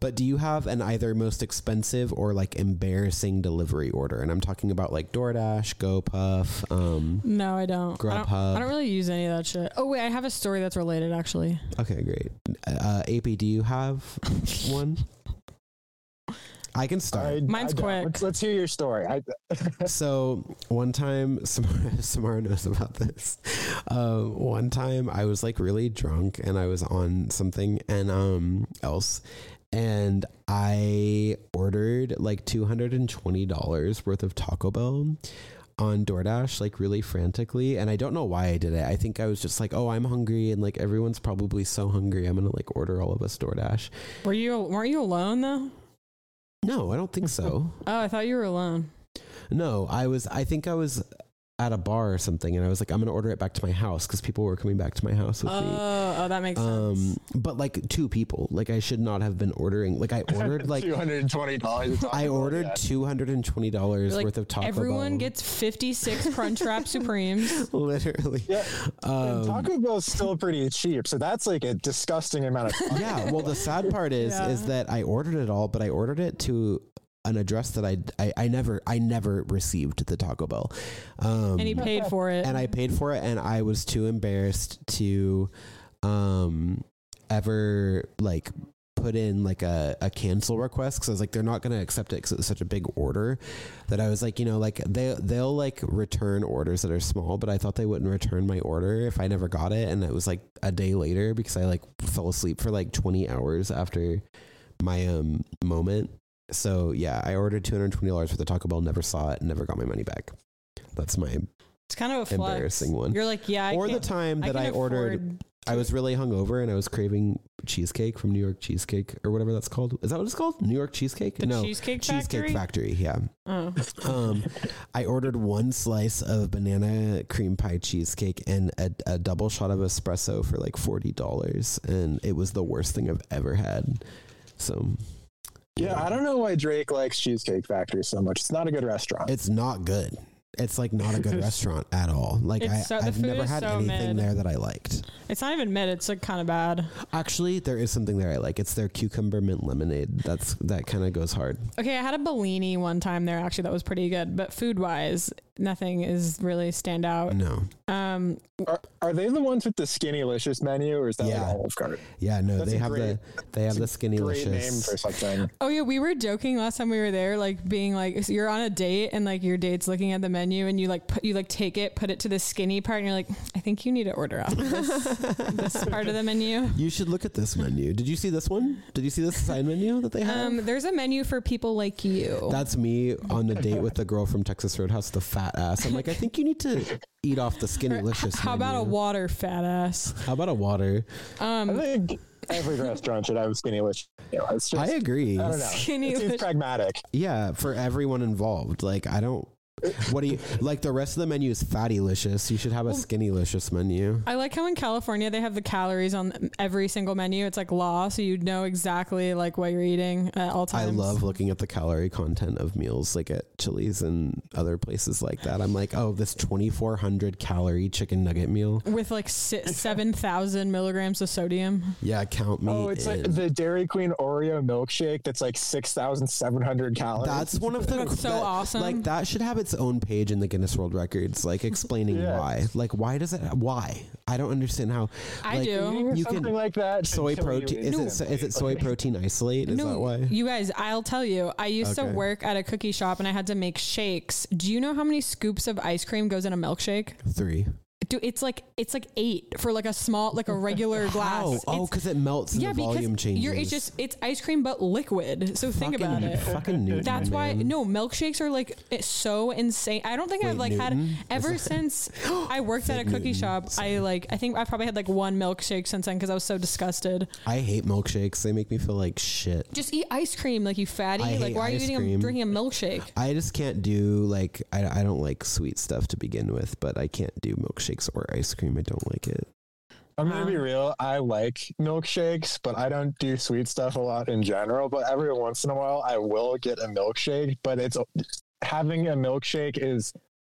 Speaker 2: But do you have an either most expensive or like embarrassing delivery order? And I'm talking about like DoorDash, GoPuff. Um,
Speaker 1: No, I don't. I don't,
Speaker 2: Grubhub.
Speaker 1: I don't really use any of that shit. Oh wait, I have a story that's related actually.
Speaker 2: okay, great. Uh, AP, do you have one? I can start.
Speaker 3: I-
Speaker 1: Mine's
Speaker 3: I don't.
Speaker 1: quick.
Speaker 3: Let's, let's hear your story. I,
Speaker 2: so one time <laughs> Samara, Samara knows about this uh, one time i was like really drunk and i was on something and um else and i ordered like $220 worth of taco bell on DoorDash like really frantically and I don't know why I did it. I think I was just like, "Oh, I'm hungry and like everyone's probably so hungry. I'm going to like order all of us DoorDash."
Speaker 1: Were you weren't you alone though?
Speaker 2: No, I don't think so.
Speaker 1: Oh, I thought you were alone.
Speaker 2: No, I was. I think I was at a bar or something, and I was like, I'm gonna order it back to my house because people were coming back to my house with me.
Speaker 1: Oh, oh, that makes
Speaker 2: Um,
Speaker 1: sense.
Speaker 2: but like two people. Like I should not have been
Speaker 1: <laughs>
Speaker 2: ordering. Like I ordered like
Speaker 3: two hundred and twenty dollars.
Speaker 2: I ordered two hundred and twenty dollars
Speaker 1: Like,
Speaker 2: worth of Taco
Speaker 1: Everyone
Speaker 2: Bell.
Speaker 1: gets 56
Speaker 2: <laughs>
Speaker 1: Crunchwrap Supremes.
Speaker 2: literally.
Speaker 3: Yeah, and
Speaker 2: Um,
Speaker 3: Taco Bell's still pretty cheap, so that's like a disgusting amount
Speaker 2: <laughs>
Speaker 3: of. money.
Speaker 2: yeah. Well,
Speaker 1: <laughs>
Speaker 2: the sad part is
Speaker 1: Yeah.
Speaker 2: is that I ordered it all, but I ordered it to an address that I I, I never I never received the Taco Bell. Um,
Speaker 1: And he paid for it.
Speaker 2: and I paid for it, and I was too embarrassed to um ever like put in like a, a cancel request because I was like they're not gonna accept it because it's such a big order that I was like you know like they they'll like return orders that are small but I thought they wouldn't return my order if I never got it and it was like a day later because I like fell asleep for like 20 hours after my um moment so yeah I ordered $220 worth of Taco Bell never saw it never got my money back that's my
Speaker 1: it's kind of a flex.
Speaker 2: embarrassing one.
Speaker 1: You're like, yeah, I
Speaker 2: or the
Speaker 1: can't-
Speaker 2: time that
Speaker 1: can
Speaker 2: I, ordered,
Speaker 1: afford-
Speaker 2: I was really hungover and I was craving cheesecake from New York Cheesecake or whatever that's called. Is that what it's called? New York Cheesecake?
Speaker 1: the
Speaker 2: no,
Speaker 1: cheesecake,
Speaker 2: Cheesecake
Speaker 1: factory.
Speaker 2: Factory. Yeah.
Speaker 1: oh.
Speaker 2: Um, I ordered one slice of banana cream pie cheesecake and a, a double shot of espresso for like forty dollars, and it was the worst thing I've ever had. So
Speaker 3: yeah, I don't know why Drake likes Cheesecake Factory so much. It's not a good restaurant.
Speaker 2: It's not good. It's like not a
Speaker 3: <laughs>
Speaker 2: good restaurant at all. Like
Speaker 1: It's
Speaker 2: I,
Speaker 1: so- the
Speaker 2: I've
Speaker 1: food
Speaker 2: never
Speaker 1: is
Speaker 2: had
Speaker 1: so
Speaker 2: anything
Speaker 1: mid.
Speaker 2: there that I liked.
Speaker 1: It's not even mid. It's like kind of bad.
Speaker 2: Actually, there is something there I like. It's their cucumber mint lemonade. That's that kind of goes hard.
Speaker 1: Okay, I had a Bellini one time there. Actually, that was pretty good. But food wise, nothing is really stand out.
Speaker 2: No,
Speaker 1: Um,
Speaker 3: are, are they the ones with the skinny licious menu, or is that
Speaker 2: Yeah.
Speaker 3: like Olive Garden?
Speaker 2: yeah, no.
Speaker 3: That's
Speaker 2: they
Speaker 3: a
Speaker 2: have the they have the skinny
Speaker 3: Great name for
Speaker 2: licious.
Speaker 3: something.
Speaker 1: oh yeah, we were joking last time we were there, like being like so you're on a date and like your date's looking at the menu and you like put, you like take it, put it to the skinny part, and you're like, I think you need to order off
Speaker 2: <laughs>
Speaker 1: this, this part of the menu.
Speaker 2: You should look at this menu. Did you see this one? Did you see this side menu that they have?
Speaker 1: Um, there's a menu for people like you.
Speaker 2: That's me on the date with the girl from Texas Roadhouse, the fat ass. I'm like, I think you need to eat off the
Speaker 3: <laughs>
Speaker 2: skinny licious.
Speaker 1: How about a water, fat ass?
Speaker 2: How about a water?
Speaker 1: Um,
Speaker 3: I think every restaurant should have a skinny licious. menu. It's just,
Speaker 2: I agree.
Speaker 3: I don't know.
Speaker 1: Skinny
Speaker 3: it seems
Speaker 1: licious.
Speaker 3: pragmatic.
Speaker 2: Yeah, for everyone involved. Like I don't. What do you like? The rest of the menu is fatty licious. You should have a skinny licious menu.
Speaker 1: I like how in California they have the calories on every single menu. It's like law, so you know exactly like what you're eating at all
Speaker 2: I
Speaker 1: times.
Speaker 2: love looking at the calorie content of meals like at Chili's and other places like that. I'm like, oh, this 2,400 calorie chicken nugget meal.
Speaker 1: with like si- seven thousand milligrams of sodium.
Speaker 2: Yeah, count me.
Speaker 3: Oh, it's
Speaker 2: in.
Speaker 3: like the Dairy Queen Oreo milkshake that's like 6,700
Speaker 1: <laughs>
Speaker 3: calories.
Speaker 2: that's one of the
Speaker 1: That's so
Speaker 2: that-
Speaker 1: awesome.
Speaker 2: Like that should have its own page in the Guinness World
Speaker 1: <laughs>
Speaker 2: Records, like explaining
Speaker 3: Yeah.
Speaker 2: why. Like why does it? Why I don't understand how.
Speaker 1: I
Speaker 2: like,
Speaker 1: do.
Speaker 2: You
Speaker 3: something
Speaker 2: can
Speaker 3: like that. should
Speaker 2: soy
Speaker 3: kill you
Speaker 2: protein. Is it so-
Speaker 3: instantly.
Speaker 2: is it soy protein isolate? Is that why?
Speaker 1: you guys, I'll tell you. I used
Speaker 2: Okay.
Speaker 1: to work at a cookie shop and I had to make shakes. Do you know how many scoops of ice cream goes in a milkshake?
Speaker 2: Three.
Speaker 1: Do it's like it's like eight for like a small like a regular glass.
Speaker 2: How? Oh,
Speaker 1: It's-
Speaker 2: because it melts and
Speaker 1: yeah,
Speaker 2: the volume
Speaker 1: because
Speaker 2: changes.
Speaker 1: you're, it's just it's ice cream but liquid. So think
Speaker 2: fucking,
Speaker 1: about it. <laughs>
Speaker 2: Fucking Newton,
Speaker 1: That's why
Speaker 2: man.
Speaker 1: no milkshakes are like it's so insane. I don't think I've
Speaker 2: Wait,
Speaker 1: like
Speaker 2: Newton?
Speaker 1: had ever since
Speaker 2: <gasps>
Speaker 1: I worked at a
Speaker 2: Fig
Speaker 1: cookie
Speaker 2: Newton.
Speaker 1: shop. I like I think I probably had like one milkshake since then because I was so disgusted.
Speaker 2: I hate milkshakes. They make me feel like shit.
Speaker 1: Just eat ice cream, like you fatty.
Speaker 2: I hate
Speaker 1: like why are you
Speaker 2: ice
Speaker 1: eating
Speaker 2: cream.
Speaker 1: a, drinking a milkshake?
Speaker 2: I just can't do like I, I don't like sweet stuff to begin with, but I can't do milkshakes or ice cream. I don't like it.
Speaker 3: I'm gonna be
Speaker 2: Uh-huh.
Speaker 3: real. I like milkshakes, but I don't do sweet stuff a lot in general. But every once in a while, I will get a milkshake. But it's having a milkshake is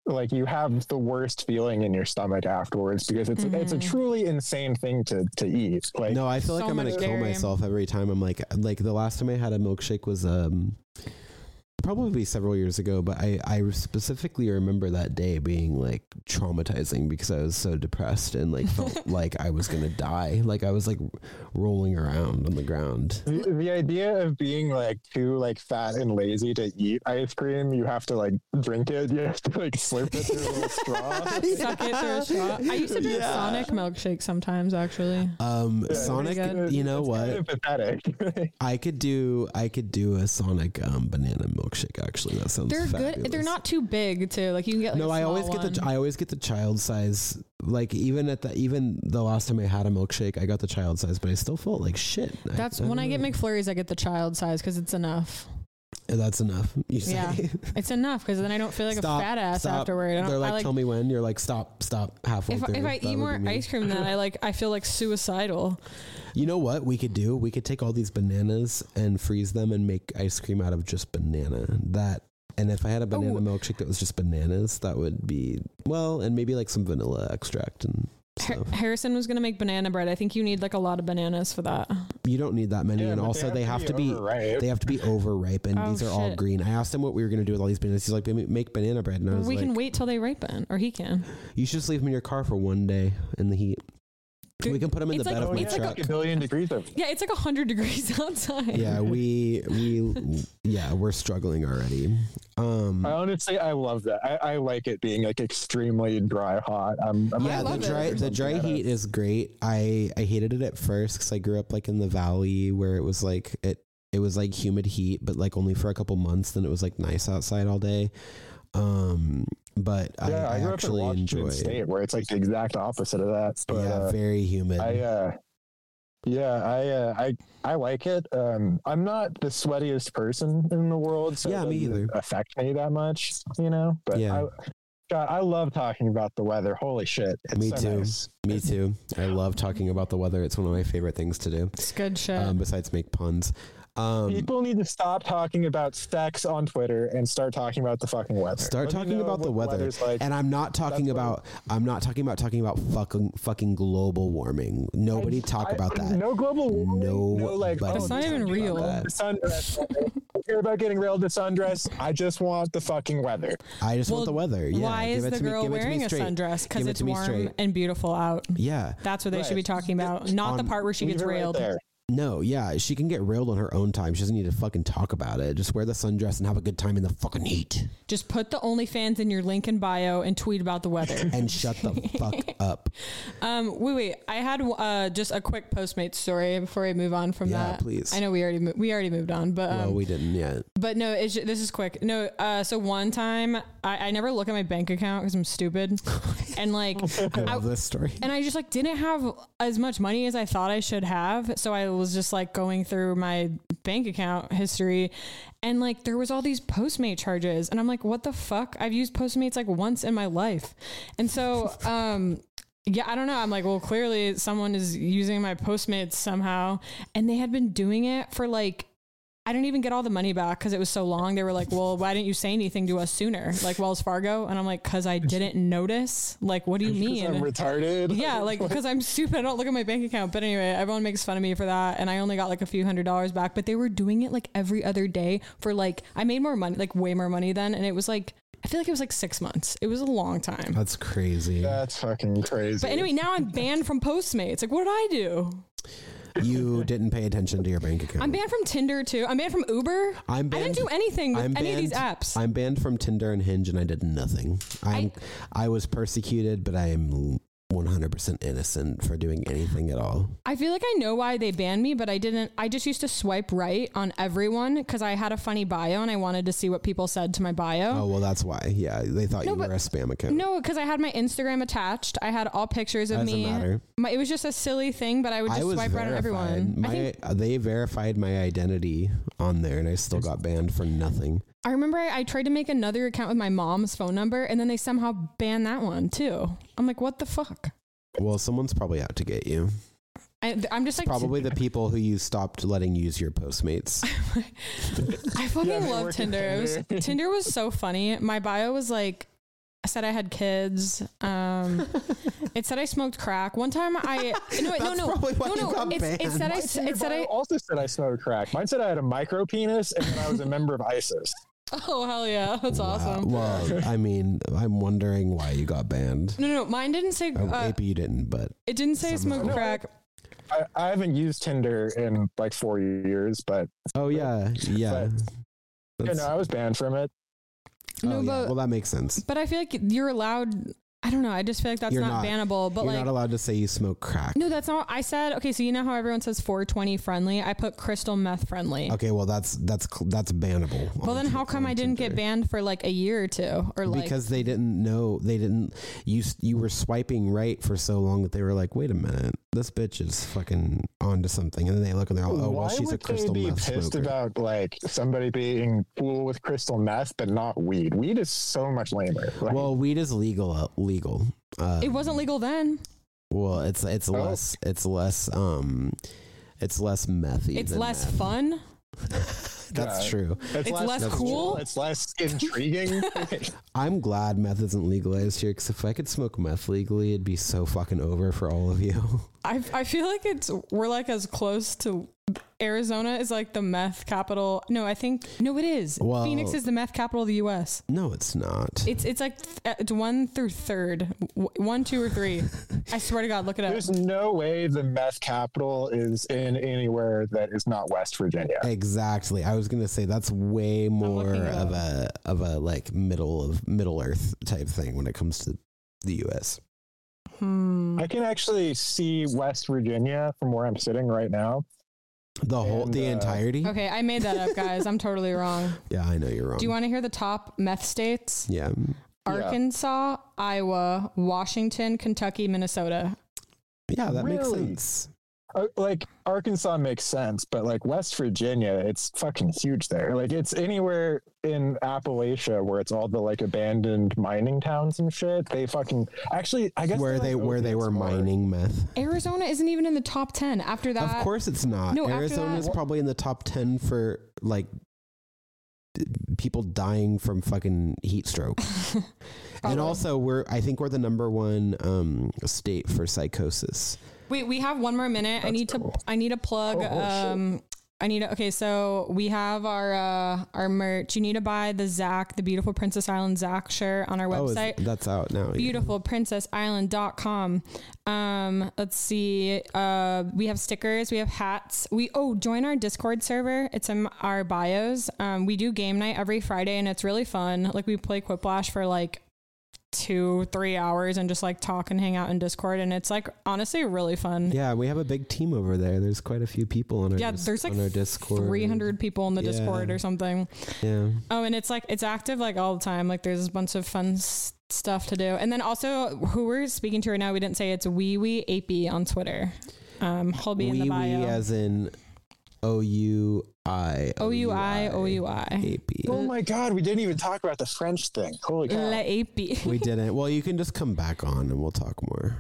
Speaker 3: like you have the worst feeling in your stomach afterwards because it's it's a
Speaker 2: Mm-hmm.
Speaker 3: truly insane thing to to eat. Like
Speaker 2: no, I feel like
Speaker 1: so
Speaker 2: I'm gonna
Speaker 1: much
Speaker 2: kill
Speaker 1: dairy.
Speaker 2: myself every time. I'm like, like the last time I had a milkshake was um probably several years ago, but I I specifically remember that day being like traumatizing because I was so depressed and
Speaker 1: <laughs>
Speaker 2: like felt like I was gonna die. Like I was like rolling around on the ground.
Speaker 3: the, the idea of being like too like fat and lazy to eat ice cream, you have to like drink it. You have to like slurp it through a
Speaker 2: <laughs>
Speaker 3: little straw.
Speaker 1: Suck it through a straw. I used to drink
Speaker 2: Yeah.
Speaker 1: Sonic milkshake sometimes, actually.
Speaker 2: Um,
Speaker 3: Yeah.
Speaker 2: Sonic,
Speaker 1: good.
Speaker 2: you know
Speaker 3: It's
Speaker 2: what?
Speaker 3: Kind of pathetic. <laughs>
Speaker 2: I could do I could do a Sonic um, banana milkshake. Actually, that sounds
Speaker 1: They're
Speaker 2: fabulous.
Speaker 1: good. They're not too big too. Like you can get. Like,
Speaker 2: no,
Speaker 1: I
Speaker 2: I always get the I always get the child size. Like even at the even the last time I had a milkshake, I got the child size, but I still felt like shit.
Speaker 1: That's when I get
Speaker 2: don't
Speaker 1: McFlurries. I get the child size because it's enough.
Speaker 2: know. That's enough. <laughs> You say.
Speaker 1: Yeah. It's enough because then I don't feel like
Speaker 2: Stop,
Speaker 1: a fat ass
Speaker 2: stop.
Speaker 1: afterward. I don't,
Speaker 2: They're like,
Speaker 1: I like
Speaker 2: tell me when. You're like, stop, stop, halfway
Speaker 1: if,
Speaker 2: through.
Speaker 1: if I
Speaker 2: That
Speaker 1: eat
Speaker 2: would
Speaker 1: more
Speaker 2: be me.
Speaker 1: ice cream, then I like I feel like
Speaker 2: <laughs>
Speaker 1: suicidal.
Speaker 2: you know what we could do? We could take all these bananas and freeze them and make ice cream out of just banana. That and if I had a banana
Speaker 1: Oh.
Speaker 2: milkshake that was just bananas, that would be well, and maybe like some vanilla extract and
Speaker 1: Har- <laughs>
Speaker 2: stuff.
Speaker 1: Harrison was gonna make banana bread. I think you need like a lot of bananas for that.
Speaker 2: You don't need that many,
Speaker 3: Yeah,
Speaker 2: and
Speaker 3: but
Speaker 2: also they have to be.
Speaker 3: overripe.
Speaker 2: They have to be overripe, and
Speaker 1: Oh,
Speaker 2: these are all
Speaker 1: shit.
Speaker 2: green. I asked him what we were going to do with all these bananas. He's like, "Ba- make banana bread. And I was
Speaker 1: we
Speaker 2: like,
Speaker 1: can wait till they ripen, or he can.
Speaker 2: you should just leave them in your car for one day in the heat.
Speaker 1: Dude,
Speaker 2: we can put them in the
Speaker 1: it's
Speaker 2: bed
Speaker 3: Oh,
Speaker 1: like-
Speaker 2: of my
Speaker 1: it's like
Speaker 2: truck.
Speaker 1: a-
Speaker 3: a billion degrees of
Speaker 1: Yeah, it's like hundred degrees <laughs> outside.
Speaker 2: yeah, we
Speaker 1: <laughs>
Speaker 2: we yeah, we're struggling already. Um,
Speaker 3: I honestly, I love that. I, I like it being like extremely dry hot. I'm, I'm
Speaker 2: yeah,
Speaker 1: I
Speaker 2: the
Speaker 1: love it.
Speaker 2: dry the dry heat is great. I I hated it at first because I grew up like in the valley where it was like it it was like humid heat, but like only for a couple months. Then it was like nice outside all day. Um, but
Speaker 3: Yeah,
Speaker 2: I,
Speaker 3: I,
Speaker 2: I,
Speaker 3: grew up in
Speaker 2: actually
Speaker 3: Washington
Speaker 2: enjoy.
Speaker 3: State, where it's like the exact opposite of that. But
Speaker 2: yeah,
Speaker 3: uh,
Speaker 2: very humid.
Speaker 3: I, uh, yeah, I, uh, I, I like it. Um, I'm not the sweatiest person in the world, so
Speaker 2: Yeah,
Speaker 3: it
Speaker 2: me
Speaker 3: doesn't
Speaker 2: either.
Speaker 3: affect me that much, you know. But
Speaker 2: Yeah.
Speaker 3: I, God, I love talking about the weather. Holy shit, it's
Speaker 2: Me
Speaker 3: so
Speaker 2: too.
Speaker 3: nice.
Speaker 2: Me too. I love talking about the weather. It's one of my favorite things to do.
Speaker 1: it's good shit.
Speaker 2: Um, besides make puns. Um,
Speaker 3: People need to stop talking about sex on Twitter and start talking about the fucking weather.
Speaker 2: Start
Speaker 3: Let me
Speaker 2: talking
Speaker 3: know
Speaker 2: about
Speaker 3: what
Speaker 2: the weather,
Speaker 3: weather's like.
Speaker 2: and I'm not talking
Speaker 3: That's what-
Speaker 2: about I'm not talking about talking about fucking fucking global warming. Nobody talk
Speaker 3: I-
Speaker 2: about that.
Speaker 3: No global warming. No,
Speaker 2: Nobody
Speaker 3: like
Speaker 1: That's not
Speaker 2: oh,
Speaker 3: the
Speaker 1: even
Speaker 3: sun-
Speaker 1: real.
Speaker 3: The sundress. I don't care about getting railed to sundress. I just want the fucking weather.
Speaker 2: I just
Speaker 1: Well,
Speaker 2: want the weather. Yeah,
Speaker 1: Why
Speaker 2: give
Speaker 1: is
Speaker 2: it
Speaker 1: the
Speaker 2: to me-
Speaker 1: girl
Speaker 2: give it to me
Speaker 1: wearing a
Speaker 2: straight.
Speaker 1: sundress? Because
Speaker 2: Give it
Speaker 1: it's
Speaker 2: to me
Speaker 1: warm
Speaker 2: straight.
Speaker 1: and beautiful out.
Speaker 2: Yeah,
Speaker 1: That's what they should
Speaker 3: Right.
Speaker 1: be talking about, not the
Speaker 2: On-
Speaker 1: part where she
Speaker 3: Leave
Speaker 1: gets
Speaker 3: it right
Speaker 1: railed.
Speaker 3: there.
Speaker 2: no, yeah, she can get railed on her own time. She doesn't need to fucking talk about it. Just wear the sundress and have a good time in the fucking heat,
Speaker 1: Just put the OnlyFans in your link in bio and tweet about the
Speaker 2: <laughs>
Speaker 1: weather. <laughs>
Speaker 2: and shut the fuck up.
Speaker 1: Um, wait, wait. I had uh, just a quick Postmates story before I move on from
Speaker 2: Yeah,
Speaker 1: that.
Speaker 2: please.
Speaker 1: I know we already mo- we already moved on, but um,
Speaker 2: well, we didn't yet.
Speaker 1: but no, it's ju- this is quick. No, uh, so one time I, I never look at my bank account because I'm
Speaker 2: <laughs>
Speaker 1: stupid, and like
Speaker 2: I love this story.
Speaker 1: and I just like didn't have as much money as I thought I should have. So I was just like going through my bank account history and like there was all these Postmate charges and I'm like what the fuck? I've used Postmates like once in my life. And so um yeah, I don't know. I'm like, well, clearly someone is using my Postmates somehow and they had been doing it for like I didn't even get all the money back because it was so long. They were like, "Well, why didn't you say anything to us sooner?" Like Wells Fargo, and I'm like, "Cause I didn't notice." Like, what do you
Speaker 3: 'Cause
Speaker 1: mean?
Speaker 3: I'm retarded.
Speaker 1: Yeah, like because I'm stupid. I don't look at my bank account. But anyway, everyone makes fun of me for that, and I only got like a few hundred dollars back. But they were doing it like every other day for like I made more money, like way more money then, and it was like I feel like it was like six months. It was a long time.
Speaker 2: <laughs> That's crazy.
Speaker 3: That's fucking crazy.
Speaker 1: But anyway, now I'm banned from Postmates. Like, what did I do?
Speaker 2: You didn't pay attention to your bank account.
Speaker 1: I'm banned from Tinder too. I'm banned from Uber.
Speaker 2: I'm
Speaker 1: I
Speaker 2: banned-
Speaker 1: didn't do anything with
Speaker 2: I'm
Speaker 1: any of these
Speaker 2: banned-
Speaker 1: apps.
Speaker 2: I'm banned from Tinder and Hinge, and I did nothing. I'm, I, was persecuted, but I am 100% innocent for doing anything at all.
Speaker 1: I feel like I know why they banned me, but I didn't. I just used to swipe right on everyone because I had a funny bio and I wanted to see what people said to my bio.
Speaker 2: Oh well, that's why. Yeah, they thought
Speaker 1: No,
Speaker 2: you were
Speaker 1: but-
Speaker 2: a spam account.
Speaker 1: No, because I had my Instagram attached. I had all pictures of
Speaker 2: Doesn't
Speaker 1: me.
Speaker 2: matter.
Speaker 1: My, it was just a silly thing, but I would just
Speaker 2: I was
Speaker 1: swipe right on
Speaker 2: verified.
Speaker 1: everyone.
Speaker 2: My
Speaker 1: I think
Speaker 2: they verified my identity on there, and I still got banned for nothing.
Speaker 1: I remember I, I tried to make another account with my mom's phone number, and then they somehow banned that one too. I'm like, what the fuck?
Speaker 2: Well, someone's probably out to get you.
Speaker 1: I, I'm just like,
Speaker 2: Probably the people who you stopped letting use your Postmates.
Speaker 1: I fucking
Speaker 3: Yeah, they
Speaker 2: <laughs>
Speaker 1: love
Speaker 3: work at
Speaker 1: Tinder. It was- Tinder was so funny. My bio was like, I said I had kids.
Speaker 2: <laughs>
Speaker 1: Um, it said I smoked crack. One time I no wait, no
Speaker 2: That's
Speaker 1: no
Speaker 2: probably why
Speaker 1: no
Speaker 2: you
Speaker 1: no.
Speaker 2: got
Speaker 1: It's, it
Speaker 2: banned.
Speaker 1: said I
Speaker 3: Mine
Speaker 1: s-
Speaker 3: said
Speaker 1: it
Speaker 3: your
Speaker 1: said
Speaker 3: bio
Speaker 1: I
Speaker 3: also said I smoked crack. Mine said I had a micro penis and then I was a member of ISIS. <laughs>
Speaker 1: oh hell yeah <laughs> that's awesome.
Speaker 2: Wow. Well, I mean, I'm wondering why you got banned.
Speaker 1: No no no mine didn't say <laughs>
Speaker 2: Oh,
Speaker 1: uh,
Speaker 2: AP you didn't, but
Speaker 1: it didn't say I smoked
Speaker 3: No.
Speaker 1: crack.
Speaker 3: I, I haven't used Tinder in like four years, but
Speaker 2: oh yeah, yeah.
Speaker 3: you
Speaker 2: That's-
Speaker 3: know, I was banned from it.
Speaker 1: No,
Speaker 2: oh, yeah.
Speaker 1: but-
Speaker 2: Well, that makes sense.
Speaker 1: But I feel like you're allowed. I don't know. I just feel like that's
Speaker 2: You're
Speaker 1: not,
Speaker 2: not-
Speaker 1: bannable. But
Speaker 2: You're
Speaker 1: like
Speaker 2: not allowed to say you smoke crack.
Speaker 1: no, that's not. I said okay. So you know how everyone says 420 friendly. I put crystal meth friendly.
Speaker 2: Okay, well that's that's cl- that's bannable.
Speaker 1: Well,
Speaker 2: on
Speaker 1: then
Speaker 2: Ti-
Speaker 1: how come
Speaker 2: on
Speaker 1: I didn't get
Speaker 2: Tinder.
Speaker 1: banned for like a year or two or like?
Speaker 2: because they didn't know they didn't you s- you were swiping right for so long that they were like, wait a minute, this bitch is fucking onto something, and then they look and they're all, oh well,
Speaker 3: Why
Speaker 2: she's a
Speaker 3: would
Speaker 2: crystal
Speaker 3: they be
Speaker 2: meth
Speaker 3: pissed
Speaker 2: smoker.
Speaker 3: about like somebody being cool with crystal meth but not weed? Weed is so much lamer. Like,
Speaker 2: well, weed is legal. Uh, legal. Uh,
Speaker 1: it wasn't legal then.
Speaker 2: well, it's it's
Speaker 3: Oh.
Speaker 2: less it's less um, it's less methy.
Speaker 1: It's
Speaker 2: than
Speaker 1: less
Speaker 2: meth.
Speaker 1: fun.
Speaker 2: That's
Speaker 3: Yeah.
Speaker 2: true.
Speaker 1: it's less
Speaker 3: that's
Speaker 1: cool? <laughs>
Speaker 3: It's less intriguing.
Speaker 2: I'm glad meth isn't legalized here because if I could smoke meth legally, it'd be so fucking over for all of you. <laughs>
Speaker 1: I I feel like it's we're like as close to Arizona is like the meth capital. No, I think no, it is.
Speaker 2: Well-
Speaker 1: Phoenix is the meth capital of the U.S.
Speaker 2: No, it's not.
Speaker 1: It's it's like th- it's one through third, W- one, two, or three. I swear to God, look it up.
Speaker 3: There's no way the meth capital is in anywhere that is not West Virginia.
Speaker 2: exactly. I was gonna say that's way more
Speaker 1: looking it
Speaker 2: of a of a like middle of Middle Earth type thing when it comes to the U.S.
Speaker 1: Hmm.
Speaker 3: I can actually see West Virginia from where I'm sitting right now.
Speaker 2: The whole
Speaker 3: And,
Speaker 2: the
Speaker 3: uh,
Speaker 2: entirety.
Speaker 1: Okay, I made that up, guys. I'm totally
Speaker 3: <laughs>
Speaker 1: wrong.
Speaker 2: Yeah, I know you're wrong.
Speaker 1: Do you want to hear the top meth states?
Speaker 2: yeah, mm,
Speaker 3: Yeah.
Speaker 1: Arkansas, Iowa, Washington, Kentucky, Minnesota.
Speaker 2: yeah, that makes
Speaker 3: Really?
Speaker 2: sense.
Speaker 3: Uh, Like Arkansas makes sense, but like West Virginia, it's fucking huge there. Like it's anywhere in Appalachia where it's all the like abandoned mining towns and shit. They fucking actually, I guess
Speaker 2: Where
Speaker 3: they're,
Speaker 2: they
Speaker 3: like,
Speaker 2: where they
Speaker 3: opiates
Speaker 2: were
Speaker 3: more.
Speaker 2: mining meth.
Speaker 1: Arizona isn't even in the top 10 after that.
Speaker 2: of course, it's not.
Speaker 1: No, after
Speaker 2: Arizona's
Speaker 1: that-
Speaker 2: probably in the top ten for like d- people dying from fucking
Speaker 1: <laughs>
Speaker 2: heat stroke.
Speaker 1: Probably.
Speaker 2: And also, we're I think we're the number one um, state for psychosis.
Speaker 1: Wait, we have one more minute. I
Speaker 3: That's
Speaker 1: need to
Speaker 3: cool.
Speaker 1: I need to plug
Speaker 3: Oh, oh, shit.
Speaker 1: um I need to, okay, so we have our uh our merch. You need to buy the Zach, the beautiful Princess Island Zach shirt on our
Speaker 2: Oh, is-
Speaker 1: website.
Speaker 2: that's out now. yeah.
Speaker 1: beautifulprincessisland.com. Um, let's see. Uh, we have stickers, we have hats. We oh, join our Discord server. It's in our bios. Um, we do game night every Friday and it's really fun. Like we play Quiplash for like two, three hours and just like talk and hang out in Discord and it's like honestly really fun. Yeah.
Speaker 2: Yeah, we have a big team over there. There's quite a few people on our dis-
Speaker 1: there's like
Speaker 2: on our Discord.
Speaker 1: 300 people in the
Speaker 2: Yeah.
Speaker 1: Discord or something.
Speaker 2: Yeah,
Speaker 1: Oh, and it's like it's active like all the time. Like there's a bunch of fun s- stuff to do. And then also, who we're speaking to right now, we didn't say it's Wee Wee Apey on Twitter. Um, he'll be
Speaker 2: wee
Speaker 1: in the
Speaker 2: wee
Speaker 1: bio.
Speaker 2: as in O U I
Speaker 1: O U I O U I.
Speaker 2: A P.
Speaker 3: Oh my god, we didn't even talk about the French thing. Holy cow!
Speaker 1: La Apey.
Speaker 2: We didn't. Well, you can just come back on and we'll talk more.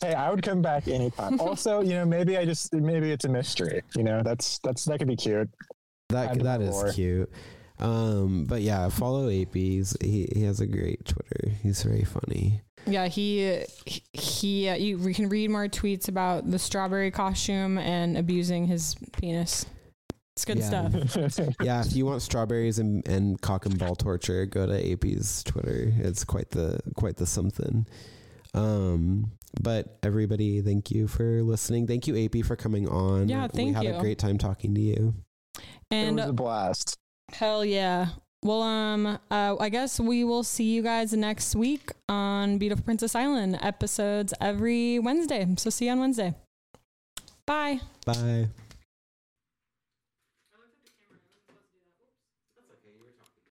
Speaker 3: Hey, I would come back anytime. also, you know, maybe I just maybe it's a mystery. You know, that's that's that could be cute. <laughs>
Speaker 2: That
Speaker 3: Add
Speaker 2: that is
Speaker 3: more.
Speaker 2: cute. Um, but yeah, follow APs. He he has a great Twitter. He's very funny.
Speaker 1: Yeah, he he. Uh, you, we can read more tweets about the strawberry costume and abusing his penis. It's good
Speaker 2: Yeah.
Speaker 1: stuff.
Speaker 2: yeah, if you want strawberries and, and cock and ball torture, go to AP's Twitter. It's quite the quite the something. Um, but everybody, thank you for listening. Thank you, AP, for coming on.
Speaker 1: Yeah, thank
Speaker 2: We had
Speaker 1: you.
Speaker 2: a great time talking to you.
Speaker 1: And
Speaker 3: it was a blast.
Speaker 1: Hell yeah. Well, um, uh, I guess we will see you guys next week on Beautiful Princess Island episodes every Wednesday. So see you on Wednesday. Bye.
Speaker 2: Bye.